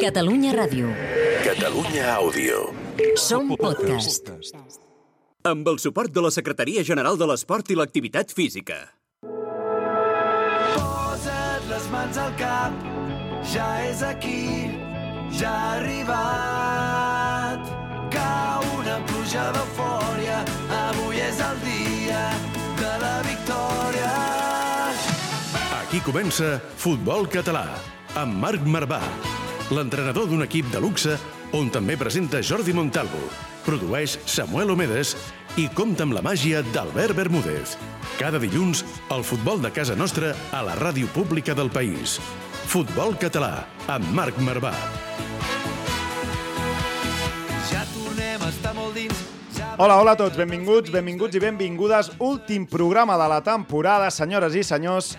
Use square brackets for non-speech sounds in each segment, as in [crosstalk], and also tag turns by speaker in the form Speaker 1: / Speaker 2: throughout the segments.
Speaker 1: Catalunya Ràdio.
Speaker 2: Catalunya Àudio.
Speaker 1: Som podcast.
Speaker 3: Amb el suport de la Secretaria General de l'Esport i l'Activitat Física.
Speaker 4: Posa't les mans al cap, ja és aquí, ja ha arribat. Cau una pluja d'eufòria, avui és el dia de la victòria.
Speaker 5: Aquí comença Futbol Català, amb Marc Marvà, l'entrenador d'un equip de luxe on també presenta Jordi Montalvo, produeix Samuel Omedes i compta amb la màgia d'Albert Bermúdez. Cada dilluns, el futbol de casa nostra a la ràdio pública del país. Futbol Català, amb Marc Marvà.
Speaker 4: Ja tornem a estar molt dins, ja
Speaker 6: Hola, hola a tots, benvinguts, benvinguts i benvingudes. Últim programa de la temporada, senyores i senyors.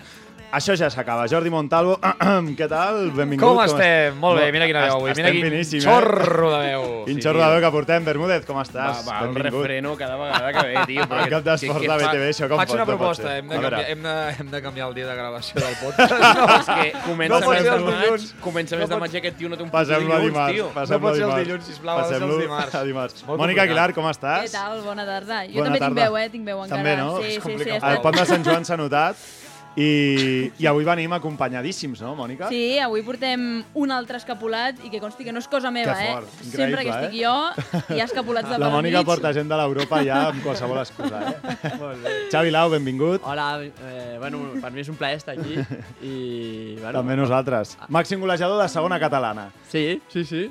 Speaker 6: Això ja s'acaba. Jordi Montalvo, [clears throat] què tal? Benvingut.
Speaker 7: Com estem? Molt bé,
Speaker 6: No,
Speaker 7: mira quina veu avui. Mira
Speaker 6: estem
Speaker 7: quin
Speaker 6: finíssim,
Speaker 7: xorro de veu.
Speaker 6: Eh? [laughs] Quin xorro de veu que portem, Bermúdez, com estàs?
Speaker 7: Va, el refreno cada vegada que ve,
Speaker 6: [laughs]
Speaker 7: tio.
Speaker 6: El cap d'esport de BTV, això com
Speaker 7: Faig
Speaker 6: pot,
Speaker 7: una
Speaker 6: no pot
Speaker 7: proposta,
Speaker 6: ser.
Speaker 7: hem de,
Speaker 6: A veure.
Speaker 7: canviar, hem, de, hem de canviar el dia de gravació
Speaker 6: [laughs]
Speaker 7: del podcast. No, és que
Speaker 6: No
Speaker 7: comença
Speaker 6: pot
Speaker 7: més
Speaker 6: ser
Speaker 7: de
Speaker 6: els
Speaker 7: maig,
Speaker 6: dilluns.
Speaker 7: comença
Speaker 6: No
Speaker 7: més de
Speaker 6: pot-
Speaker 7: maig i aquest tio no té un puto
Speaker 6: Passem-lo a
Speaker 7: dilluns,
Speaker 6: dimarts.
Speaker 7: tio.
Speaker 6: passem-lo
Speaker 7: no
Speaker 6: a
Speaker 7: pot ser els
Speaker 6: dimarts.
Speaker 7: dilluns, sisplau, ha de ser
Speaker 6: Passem-lo
Speaker 7: els dimarts.
Speaker 6: a dimarts.
Speaker 7: És molt
Speaker 6: Mònica
Speaker 7: complicat.
Speaker 6: Aguilar, com estàs?
Speaker 8: Què tal? Bona tarda. Jo
Speaker 6: Bona
Speaker 8: també
Speaker 6: tarda.
Speaker 8: tinc veu, eh? Tinc veu encara.
Speaker 6: També, no? És
Speaker 8: Sí,
Speaker 6: Ah,
Speaker 8: sí, sí,
Speaker 7: complicat.
Speaker 8: ha
Speaker 6: El
Speaker 8: estat...
Speaker 6: pont de Sant Joan s'ha notat i, i avui venim acompanyadíssims, no, Mònica?
Speaker 8: Sí, avui portem un altre escapulat i que consti que no és cosa meva,
Speaker 6: Que fort,
Speaker 8: eh? Sempre que
Speaker 6: increïble,
Speaker 8: estic jo, hi ha escapulats de
Speaker 6: La
Speaker 8: per
Speaker 6: Mònica
Speaker 8: mig.
Speaker 6: porta gent de l'Europa ja amb qualsevol excusa, eh? Xavi Lau, benvingut.
Speaker 9: Hola, eh, bueno, per mi és un plaer estar aquí i... Bueno,
Speaker 6: També nosaltres. Màxim golejador de segona catalana.
Speaker 9: Sí, sí, sí.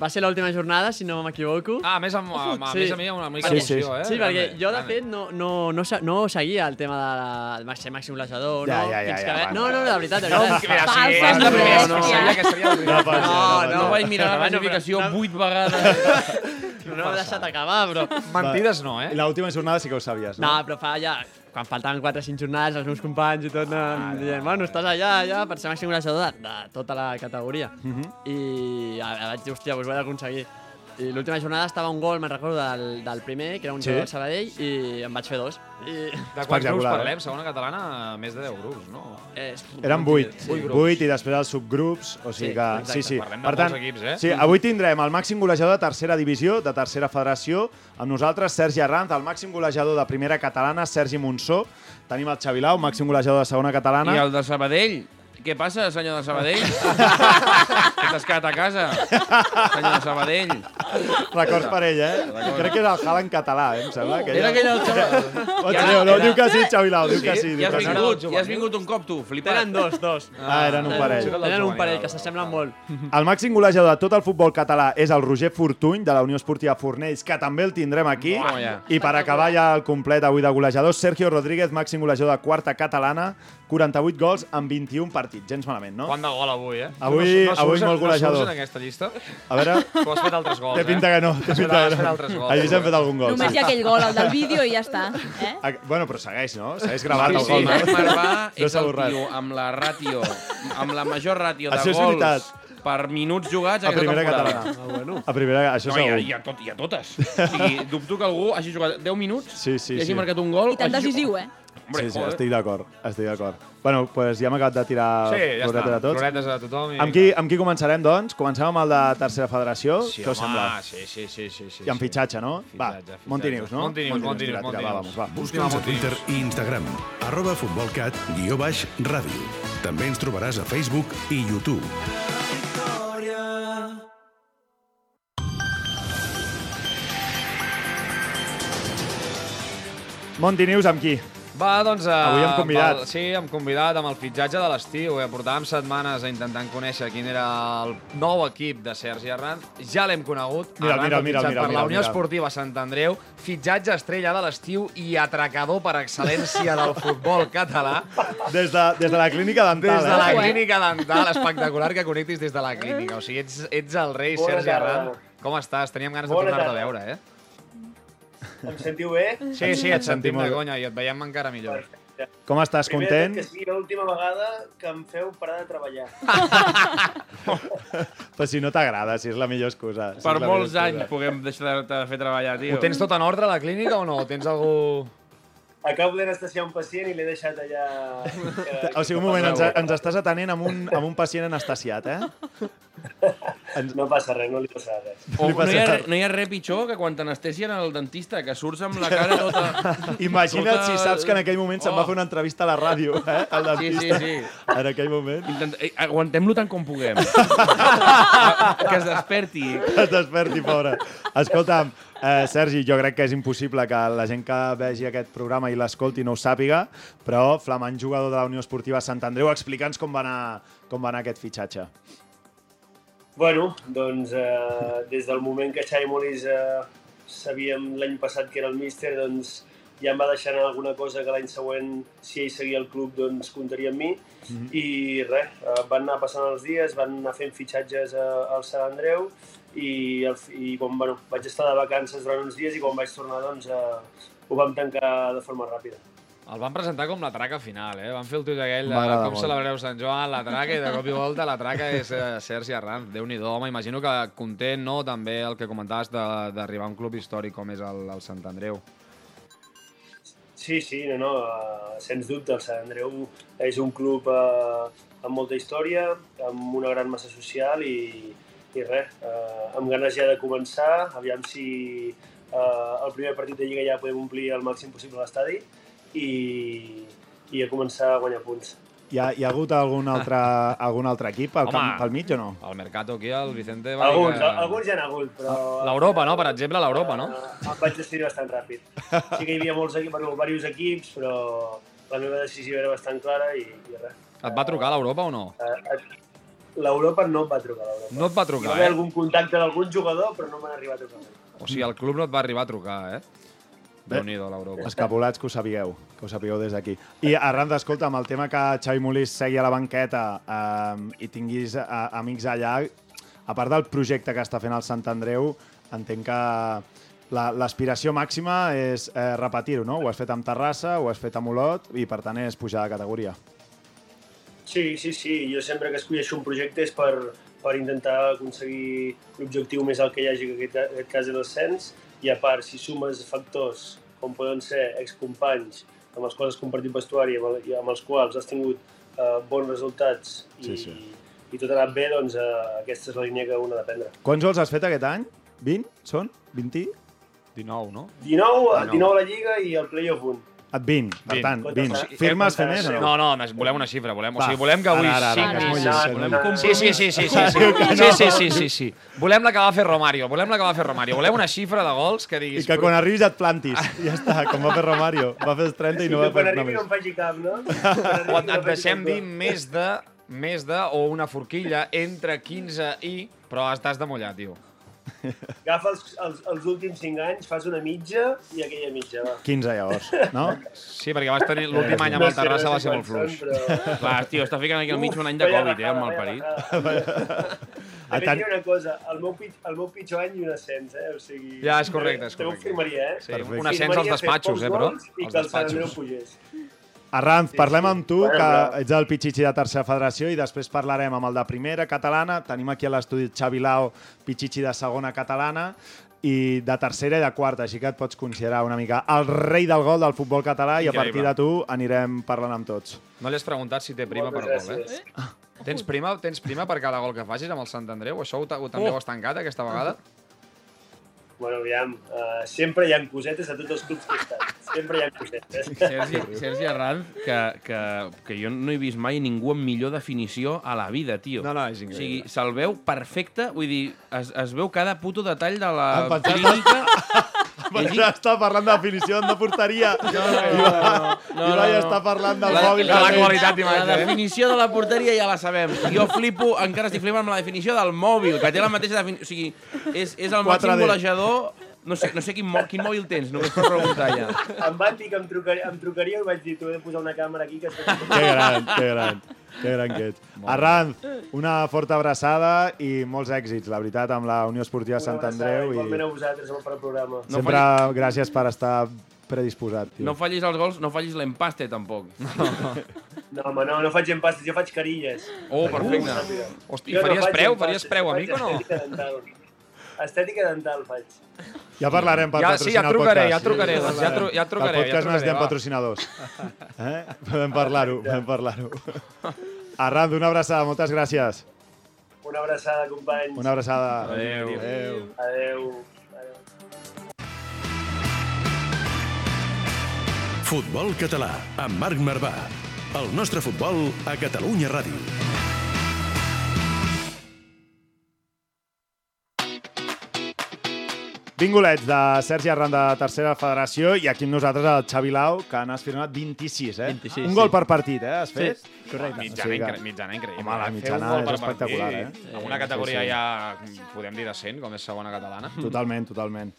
Speaker 9: Va ser l'última jornada, si no m'equivoco.
Speaker 7: Ah, a més, amb, amb, a
Speaker 9: Sí.
Speaker 7: més a mi hi ha una mica
Speaker 6: Sí,
Speaker 7: sí,
Speaker 6: sí.
Speaker 7: emoció, eh?
Speaker 9: sí, perquè
Speaker 7: Grande,
Speaker 9: jo, de
Speaker 7: grande.
Speaker 9: fet, no, no, no, se- no seguia el tema de la, de ser màxim golejador,
Speaker 6: Ja,
Speaker 9: no?
Speaker 6: ja, ja,
Speaker 9: fins
Speaker 6: ja,
Speaker 9: que ve-
Speaker 6: va,
Speaker 9: no,
Speaker 6: va.
Speaker 9: no, de veritat, de
Speaker 7: No,
Speaker 9: veritat.
Speaker 7: mira, sí,
Speaker 8: Falsa
Speaker 7: és la primera, no,
Speaker 8: modèstia.
Speaker 7: sabia que seria el primer.
Speaker 6: pot ser,
Speaker 9: No,
Speaker 7: No
Speaker 9: no.
Speaker 7: vaig mirar la
Speaker 9: Bueno, però-
Speaker 7: classificació
Speaker 9: no.
Speaker 7: vuit vegades.
Speaker 6: [laughs]
Speaker 9: No m'he deixat acabar, però...
Speaker 7: Mentides no, eh?
Speaker 6: I l'última jornada sí que ho sabies,
Speaker 9: No,
Speaker 6: no?
Speaker 9: però fa ja... Quan faltaven 4 o 5 jornades, els meus companys i tot
Speaker 6: Ah,
Speaker 9: anàvem dient bueno, estàs allà, allà, per ser màxim golejador de, de tota la categoria. I a, a, vaig dir, hòstia, doncs ho he d'aconseguir. I l'última jornada estava un gol, me'n recordo, del, del primer, que era un
Speaker 6: Sí?
Speaker 9: sí? jugador del Sabadell, i en vaig fer dos. I,
Speaker 7: De quants grups
Speaker 6: Espectacular, eh?
Speaker 7: parlem? Segona catalana, més de 10 grups, no?
Speaker 9: eh,
Speaker 6: Eren vuit.
Speaker 7: Vuit grups.
Speaker 6: Vuit i després els subgrups, o sigui
Speaker 9: Sí,
Speaker 6: que...
Speaker 9: exacte.
Speaker 6: Sí, sí.
Speaker 7: Parlem de molts equips, eh?
Speaker 6: Sí, avui tindrem el màxim golejador de tercera divisió, de tercera federació, amb nosaltres Sergi Arranz, el màxim golejador de primera catalana, Sergi Monsó, tenim el Xavi Lau, màxim golejador de segona catalana.
Speaker 10: I el de Sabadell? Què passa, senyor
Speaker 6: [laughs]
Speaker 10: de Sabadell? que t'has quedat a casa, senyor de Sabadell.
Speaker 6: Records per ell, eh? Crec que és el Haaland català, eh? em sembla. Que
Speaker 10: Oh. Era
Speaker 6: ja-
Speaker 10: aquell del Sabadell.
Speaker 6: Oh,
Speaker 10: Ja,
Speaker 6: Déu, no,
Speaker 10: era-
Speaker 6: diu que sí, Xavi Lau, diu que sí.
Speaker 10: Sí,
Speaker 6: diu
Speaker 10: ja has
Speaker 6: que sí.
Speaker 10: vingut, ja has vingut un cop, tu, flipat.
Speaker 9: Tenen dos, dos.
Speaker 6: Ah, eren un parell.
Speaker 9: Tenen un parell, que s'assemblen molt.
Speaker 6: El màxim golejador de tot el futbol català és el Roger Fortuny, de la Unió Esportiva Fornells, que també el tindrem aquí.
Speaker 10: Bueno, ja.
Speaker 6: I per acabar ja el complet avui de golejadors, Sergio Rodríguez, màxim golejador de quarta catalana, 48 gols en 21 partits. Gens malament, no?
Speaker 7: Quant de gol avui, eh?
Speaker 6: Avui-
Speaker 7: surts-
Speaker 6: avui molt
Speaker 7: No
Speaker 6: golejador.
Speaker 7: surts en aquesta llista?
Speaker 6: A
Speaker 7: [laughs]
Speaker 6: veure,
Speaker 7: Tu has fet altres gols, eh?
Speaker 6: té pinta que no. Té
Speaker 7: Has fet-
Speaker 6: pinta
Speaker 7: has
Speaker 6: que
Speaker 7: fet
Speaker 6: no.
Speaker 7: altres gols.
Speaker 6: Ahir s'han fet algun gol.
Speaker 8: Només
Speaker 6: Sí.
Speaker 8: hi ha aquell gol, el
Speaker 6: [laughs]
Speaker 8: del vídeo, i ja està. Eh?
Speaker 6: Ah, Bueno, però segueix, no? Segueix gravat
Speaker 10: Sí,
Speaker 6: el
Speaker 10: sí,
Speaker 6: gol,
Speaker 10: Marc
Speaker 6: no?
Speaker 10: Marvà
Speaker 6: No
Speaker 10: és
Speaker 6: s'ha
Speaker 10: el
Speaker 6: borrat.
Speaker 10: tio amb la ràtio, amb la major ràtio
Speaker 6: Això
Speaker 10: de
Speaker 6: és
Speaker 10: gols
Speaker 6: veritat.
Speaker 10: per minuts jugats
Speaker 6: A
Speaker 10: aquesta
Speaker 6: primera
Speaker 10: temporada.
Speaker 6: catalana. A primera, això
Speaker 10: No, i, a, i,
Speaker 6: segur.
Speaker 10: a tot, I a totes. O
Speaker 6: [laughs]
Speaker 10: sigui, dubto que algú hagi jugat 10 minuts
Speaker 6: Sí, sí,
Speaker 10: i hagi
Speaker 6: sí.
Speaker 10: marcat un gol.
Speaker 8: I tan decisiu, eh?
Speaker 6: Sí, sí, estic d'acord, estic d'acord. Bueno, doncs ja hem acabat de tirar
Speaker 7: Sí, ja està.
Speaker 6: floretes a tots.
Speaker 7: Floretes a tothom. i-
Speaker 6: Amb qui, amb qui començarem, doncs? Comencem amb el de Tercera Federació.
Speaker 7: Sí,
Speaker 6: Què us sembla?
Speaker 7: home, sí, sí, sí, sí, sí.
Speaker 6: I amb fitxatge, no?
Speaker 7: Fitxatge,
Speaker 6: va,
Speaker 7: fitxatge.
Speaker 6: Monti News, no?
Speaker 7: Monti News, Monti News,
Speaker 6: tira, tira,
Speaker 7: Monti
Speaker 6: va, vamos,
Speaker 7: News.
Speaker 6: va.
Speaker 5: Busca'ns a Twitter i Instagram, arroba futbolcat, guió baix, ràdio. També ens trobaràs a Facebook i YouTube.
Speaker 6: Monti News amb qui?
Speaker 7: Va, doncs... eh,
Speaker 6: Avui hem convidat.
Speaker 7: amb El, sí, hem convidat amb el fitxatge de l'estiu. Eh? Portàvem setmanes intentant conèixer quin era el nou equip de Sergi Arranz. Ja l'hem conegut.
Speaker 6: Mira,
Speaker 7: Arranz,
Speaker 6: mira, mira,
Speaker 7: fitxat
Speaker 6: mira,
Speaker 7: Per
Speaker 6: mira,
Speaker 7: la Unió
Speaker 6: mira.
Speaker 7: Esportiva Sant Andreu, fitxatge estrella de l'estiu i atracador per excel·lència del futbol català.
Speaker 6: Des de, des de la clínica dental,
Speaker 7: Des de la
Speaker 6: eh?
Speaker 8: Ojo, eh?
Speaker 7: clínica dental, espectacular que connectis des de la clínica. O sigui, ets, ets el rei, Sergi Arranz. Com estàs? Teníem ganes de tornar-te a veure, eh?
Speaker 11: Em sentiu bé?
Speaker 7: Sí, sí, et sentim
Speaker 6: molt
Speaker 7: de
Speaker 6: bé.
Speaker 7: conya i et veiem encara millor.
Speaker 6: [laughs] Com estàs,
Speaker 11: Primer,
Speaker 6: content?
Speaker 11: que sigui l'última vegada que em feu parar de treballar.
Speaker 6: [laughs] Però si no t'agrada, si és la millor excusa. Si
Speaker 10: Per
Speaker 6: és la millor
Speaker 10: molts
Speaker 6: excusa.
Speaker 10: anys puguem deixar de, de fer treballar, tio.
Speaker 7: Ho tens tot en ordre, a la clínica, o no? Tens algú...
Speaker 11: Acabo d'anestesiar un pacient i l'he deixat allà... eh,
Speaker 6: O sigui, un moment, ens, ens estàs atenent amb un, amb un pacient anestesiat, eh?
Speaker 11: No passa res, no li passa res.
Speaker 10: O no, hi ha, re- no hi ha res pitjor que quan t'anestesien al dentista, que surts amb la cara tota...
Speaker 6: [laughs] Imagina't
Speaker 10: tota-
Speaker 6: si saps que en aquell moment oh. se'n va fer una entrevista a la ràdio, eh? Al
Speaker 10: Sí, sí,
Speaker 6: dentista.
Speaker 10: sí.
Speaker 6: En aquell moment.
Speaker 10: Intent... eh, Aguantem-lo tant com puguem. Oh, que es desperti.
Speaker 6: Que es [laughs] desperti, pobre. Escolta'm, eh, Sergi, jo crec que és impossible que la gent que vegi aquest programa i l'escolti no ho sàpiga, però flamant jugador de la Unió Esportiva Sant Andreu, explica'ns com va anar, com va anar aquest fitxatge.
Speaker 11: Bueno, doncs eh, des del moment que Xavi Molins eh, sabíem l'any passat que era el míster, doncs ja em va deixar anar alguna cosa que l'any següent, si ell seguia el club, doncs comptaria amb mi.
Speaker 12: Mhm.
Speaker 11: I res, eh, van anar passant els dies, van anar fent fitxatges eh, al Sant Andreu i, al fi- i quan, bueno, vaig estar de vacances durant uns dies i quan vaig tornar doncs, eh, ho vam tancar de forma ràpida.
Speaker 7: El van presentar com la traca final, eh? Van fer el tuit aquell de
Speaker 11: M'agrada
Speaker 7: com
Speaker 11: molt.
Speaker 7: celebreu Sant Joan, la traca, i de cop i volta la traca és eh, Sergi Arranz. Déu-n'hi-do, home, imagino que content, no?, també el que comentaves de- d'arribar a un club històric com és el, el Sant Andreu.
Speaker 11: Sí, sí, no, no, eh, sens dubte, el Sant Andreu és un club eh, amb molta història, amb una gran massa social i, i res, eh, amb ganes ja de començar, aviam si eh, el primer partit de Lliga ja podem omplir el màxim possible l'estadi i, i a començar a guanyar punts.
Speaker 6: Hi ha, hi ha hagut algun altre, algun altre equip al,
Speaker 7: Home.
Speaker 6: camp, pel mig o no?
Speaker 7: El Mercato aquí, el Vicente... va dir
Speaker 11: Alguns,
Speaker 7: que-
Speaker 11: alguns ja n'ha hagut, però...
Speaker 7: L'Europa, no?, per exemple, l'Europa, Ah, no?
Speaker 11: Eh, Em vaig decidir bastant ràpid. Sí que hi havia molts equips, bueno, diversos equips, però la meva decisió era bastant clara i, i res.
Speaker 7: Et va trucar l'Europa o no?
Speaker 11: Eh, eh, L'Europa no em va trucar, l'Europa.
Speaker 7: No et va
Speaker 11: Hi va
Speaker 7: trucar,
Speaker 11: haver
Speaker 7: eh?
Speaker 11: algun contacte d'algun jugador, però no m'han arribat a trucar.
Speaker 7: O sigui, el club no et va arribar a trucar, eh? Déu-n'hi-do, l'Europa.
Speaker 6: Escapolats, que ho sabigueu, que ho sabigueu des d'aquí. I arran d'escolta, amb el tema que Xavi Molís segui a la banqueta eh, i tinguis eh, amics allà, a part del projecte que està fent el Sant Andreu, entenc que la- l'aspiració màxima és eh, repetir-ho, no? Ho has fet amb Terrassa, ho has fet amb Olot i, per tant, és pujar de categoria.
Speaker 11: Sí, sí, sí. Jo sempre que escolleixo un projecte és per, per intentar aconseguir l'objectiu més alt que hi hagi, que en aquest, en aquest cas és l'ascens. I a part, si sumes factors com poden ser excompanys amb els quals has compartit vestuari i amb, el, i amb els quals has tingut eh, bons resultats i,
Speaker 6: Sí, sí.
Speaker 11: i tot ha anat bé, doncs eh, aquesta és la línia que una ha de prendre.
Speaker 6: Quants gols has fet aquest any? 20? Són? 20?
Speaker 7: 19, no?
Speaker 11: 19, 19 a la Lliga i el playoff 1.
Speaker 6: 20, per tant, 20. Firmes fer més o
Speaker 7: No, no, no, volem una xifra, volem, o
Speaker 6: Va,
Speaker 7: sigui, volem que avui
Speaker 6: ara, ara, ara, que es mulli,
Speaker 7: 5
Speaker 6: que es
Speaker 7: volem
Speaker 6: mulli.
Speaker 7: Sí, sí, sí, sí, sí,
Speaker 6: Diu que
Speaker 7: sí,
Speaker 6: no.
Speaker 7: sí, sí, sí, sí, sí. Volem la que va fer Romario, volem la que va fer Romario, volem una xifra de gols que
Speaker 6: I
Speaker 7: diguis...
Speaker 6: que quan arribis et plantis. Ja està, com va fer Romario. Va fer els 30 i no va
Speaker 11: quan
Speaker 6: fer
Speaker 11: arribi
Speaker 6: només.
Speaker 11: no em faci cap, no?
Speaker 7: O et, et deixem dir més de, més de, o una forquilla entre 15 i... Però estàs de mullar, tio.
Speaker 11: Agafa els, els, els últims 5 anys, fas una mitja i aquella mitja, va.
Speaker 6: 15, [laughs] llavors, no?
Speaker 7: Sí, perquè vas tenir l'últim any amb el Terrassa va ser molt fluix.
Speaker 10: Clar, tio, està ficant aquí al mig un any de Covid, eh, el malparit.
Speaker 6: [laughs]
Speaker 11: A
Speaker 10: tant-
Speaker 11: tant... una cosa, el meu, pit, el meu pitjor any i un ascens, eh? O sigui,
Speaker 7: Ja, és correcte, és
Speaker 11: Te ho
Speaker 7: correcte.
Speaker 11: firmaria, eh?
Speaker 7: Sí, un Perfecte. ascens als
Speaker 11: Firmaria fer
Speaker 7: despatxos,
Speaker 11: pocs
Speaker 7: eh, però?
Speaker 11: gols I
Speaker 7: Als
Speaker 11: que el Sant
Speaker 7: despatxos.
Speaker 11: Andreu pugés.
Speaker 6: Arranz, parlem amb tu,
Speaker 11: Bueno,
Speaker 6: que
Speaker 11: bravo.
Speaker 6: ets el pitxitxi de tercera federació i després parlarem amb el de primera catalana. Tenim aquí a l'estudi Xavi Lao, pitxitxi de segona catalana i de tercera i de quarta, així que et pots considerar una mica el rei del gol del futbol català i a partir
Speaker 7: Increïble.
Speaker 6: de tu anirem parlant amb tots.
Speaker 7: No li has preguntat si té prima per
Speaker 11: Moltes
Speaker 7: gol, eh? Tens prima, tens prima per cada gol que facis amb el Sant Andreu? Això ho, ta- ho també
Speaker 11: Oh.
Speaker 7: ho has tancat aquesta vegada?
Speaker 11: Bueno, aviam, uh, sempre hi ha cosetes a tots els clubs que he estat. Sempre hi ha cosetes.
Speaker 10: Sergi, Sergi Arranz, que, que, que jo no he vist mai ningú amb millor definició a la vida, tio.
Speaker 7: No, no, és
Speaker 10: O
Speaker 7: increïble.
Speaker 10: sigui, se'l veu perfecte, vull dir, es, es veu cada puto detall de la
Speaker 6: Em pensava-
Speaker 10: clínica.
Speaker 6: Perquè ja està parlant de definició de porteria. No, no, no. no, no, no. està parlant del mòbil. també. eh?
Speaker 10: La definició de la porteria ja la sabem. Jo flipo, encara estic flipant amb la definició del mòbil, que té la mateixa definició. O sigui, és, és el
Speaker 6: 4D.
Speaker 10: màxim golejador... No sé, no sé quin, mò- quin mòbil tens, només per preguntar ja.
Speaker 11: [laughs] em van dir que em trucaria, em trucaria i vaig dir, t'ho he de posar una càmera aquí. Que...
Speaker 6: Que gran, que gran. Que gran que ets. Arranz, una forta abraçada i molts èxits, la veritat, amb la Unió Esportiva Sant Andreu. I
Speaker 11: Igualment a vosaltres, home, per al programa.
Speaker 6: sempre gràcies per estar predisposat. Tio.
Speaker 10: No fallis els gols, no fallis l'empaste, tampoc.
Speaker 11: No, home, no, no faig empastes, jo faig carilles.
Speaker 10: Oh, perfecte.
Speaker 7: Hosti,
Speaker 11: Jo
Speaker 7: faries
Speaker 11: faig
Speaker 7: preu?
Speaker 11: empastes,
Speaker 7: Faries preu,
Speaker 11: jo faig
Speaker 7: amic, o no?
Speaker 11: Estètica dental. Estètica dental faig.
Speaker 6: Ja parlarem per
Speaker 7: Ja- sí,
Speaker 6: patrocinar
Speaker 7: ja trucaré,
Speaker 6: el podcast.
Speaker 7: ja trucaré, doncs, ja tru- ja trucaré,
Speaker 6: Del podcast
Speaker 7: ja trucaré,
Speaker 6: necessitem
Speaker 7: va. [laughs]
Speaker 6: patrocinadors. Eh? Podem parlar-ho, podem parlar-ho. Arran, una abraçada, moltes gràcies.
Speaker 11: Una abraçada, companys.
Speaker 6: Una abraçada.
Speaker 11: Adeu.
Speaker 6: Adeu.
Speaker 11: Adeu.
Speaker 5: Futbol català, amb Marc Marvà. El nostre futbol a Catalunya Ràdio.
Speaker 6: Vingulets de Sergi Arran de Tercera Federació i aquí amb nosaltres el Xavi Lau, que n'has firmat 26, eh?
Speaker 7: 26,
Speaker 6: Un gol
Speaker 7: sí.
Speaker 6: per partit, eh? Has
Speaker 7: Sí,
Speaker 6: fet?
Speaker 7: correcte. Mitjana incre- mitjana increïble. eh?
Speaker 6: Home, la
Speaker 7: Fer un
Speaker 6: mitjana
Speaker 7: gol
Speaker 6: és
Speaker 7: per
Speaker 6: espectacular, eh?
Speaker 7: partit, Amb una categoria ja, mm, podem dir, decent, com és segona catalana.
Speaker 6: Totalment, totalment.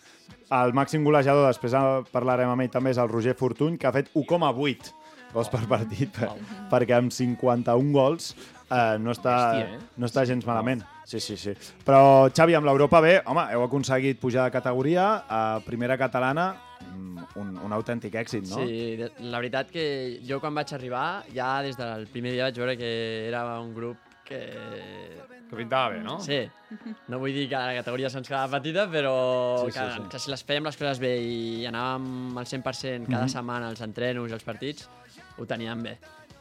Speaker 6: El màxim golejador, després en parlarem amb ell també, és el Roger Fortuny, que ha fet 1,8 gols per partit, per, perquè amb 51 gols eh, no, està,
Speaker 7: Bèstia, eh?
Speaker 6: no està gens malament. Sí, sí, sí. Però, Xavi, amb l'Europa B, home, heu aconseguit pujar de categoria a primera catalana, mm, un, un autèntic èxit, no?
Speaker 9: Sí, de- la veritat que jo quan vaig arribar, ja des del primer dia vaig veure que era un grup que...
Speaker 7: Que pintava bé, no?
Speaker 9: Sí. No vull dir que la categoria se'ns quedava petita, però
Speaker 7: Sí,
Speaker 9: sí,
Speaker 7: sí,
Speaker 9: que,
Speaker 7: sí.
Speaker 9: sí. que si les fèiem les coses bé i anàvem al 100% cada
Speaker 6: Mhm.
Speaker 9: setmana als entrenos i als partits, ho teníem bé.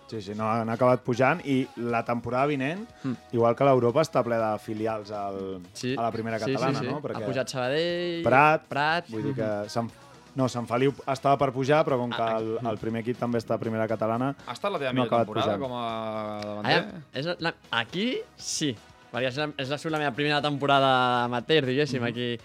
Speaker 6: Sí, sí, no, han acabat pujant i la temporada vinent, igual que l'Europa, està ple de filials al, a la primera
Speaker 9: Mm. Sí, sí,
Speaker 6: catalana,
Speaker 9: sí.
Speaker 6: no?
Speaker 9: Ha pujat Sabadell,
Speaker 6: Prat,
Speaker 9: Prat. Mm-hmm.
Speaker 6: vull dir que Sant, no, Sant Feliu estava per pujar, però
Speaker 9: Ah,
Speaker 6: com que el, el primer equip també està a primera catalana,
Speaker 7: Ha estat la
Speaker 6: no ha
Speaker 7: teva millor
Speaker 6: acabat
Speaker 7: temporada
Speaker 6: pujant.
Speaker 7: com a davanter?
Speaker 9: Allà, és la, la, aquí sí, perquè és la, és la, la meva primera temporada amateur, diguéssim, mm
Speaker 7: Mhm.
Speaker 9: -hmm. aquí.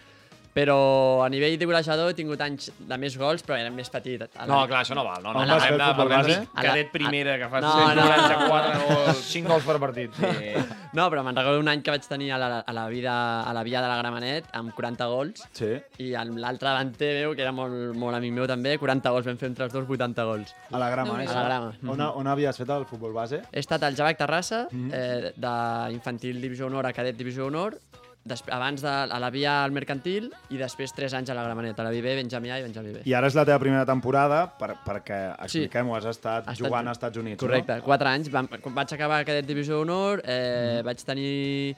Speaker 9: Però a nivell de golejador he tingut anys de més gols, però era més petit. A
Speaker 7: No, clar, això no val, no, no.
Speaker 9: A
Speaker 7: Hem de- parlem de
Speaker 9: a
Speaker 7: cadet primera, que fas
Speaker 9: no,
Speaker 7: 144
Speaker 9: no.
Speaker 7: gols, 5 gols per partit. Sí.
Speaker 9: No, però me'n recordo un any que vaig tenir a la, a la, vida, a la via de la Gramenet amb 40 gols
Speaker 6: Sí.
Speaker 9: i amb l'altre davanter meu, que era molt, molt amic meu també, 40 gols, vam fer entre els dos 80 gols.
Speaker 6: a la grama. eh?
Speaker 9: A la grama.
Speaker 6: On, ha- on Mhm. havies fet el futbol base?
Speaker 9: He estat al Javac Terrassa, eh, d'infantil divisió honor a cadet divisió honor, després, abans de, a la via al mercantil i després 3 anys a la Gramenet, a la Viver, Benjamí A i Benjamí B.
Speaker 6: I ara és la teva primera temporada, per, perquè, expliquem-ho, has estat,
Speaker 9: Estat-
Speaker 6: jugant als Estats Units,
Speaker 9: Correcte, 4 anys. Vam, quan vaig acabar cadet divisió honor,
Speaker 6: Mm-hmm.
Speaker 9: eh, vaig tenir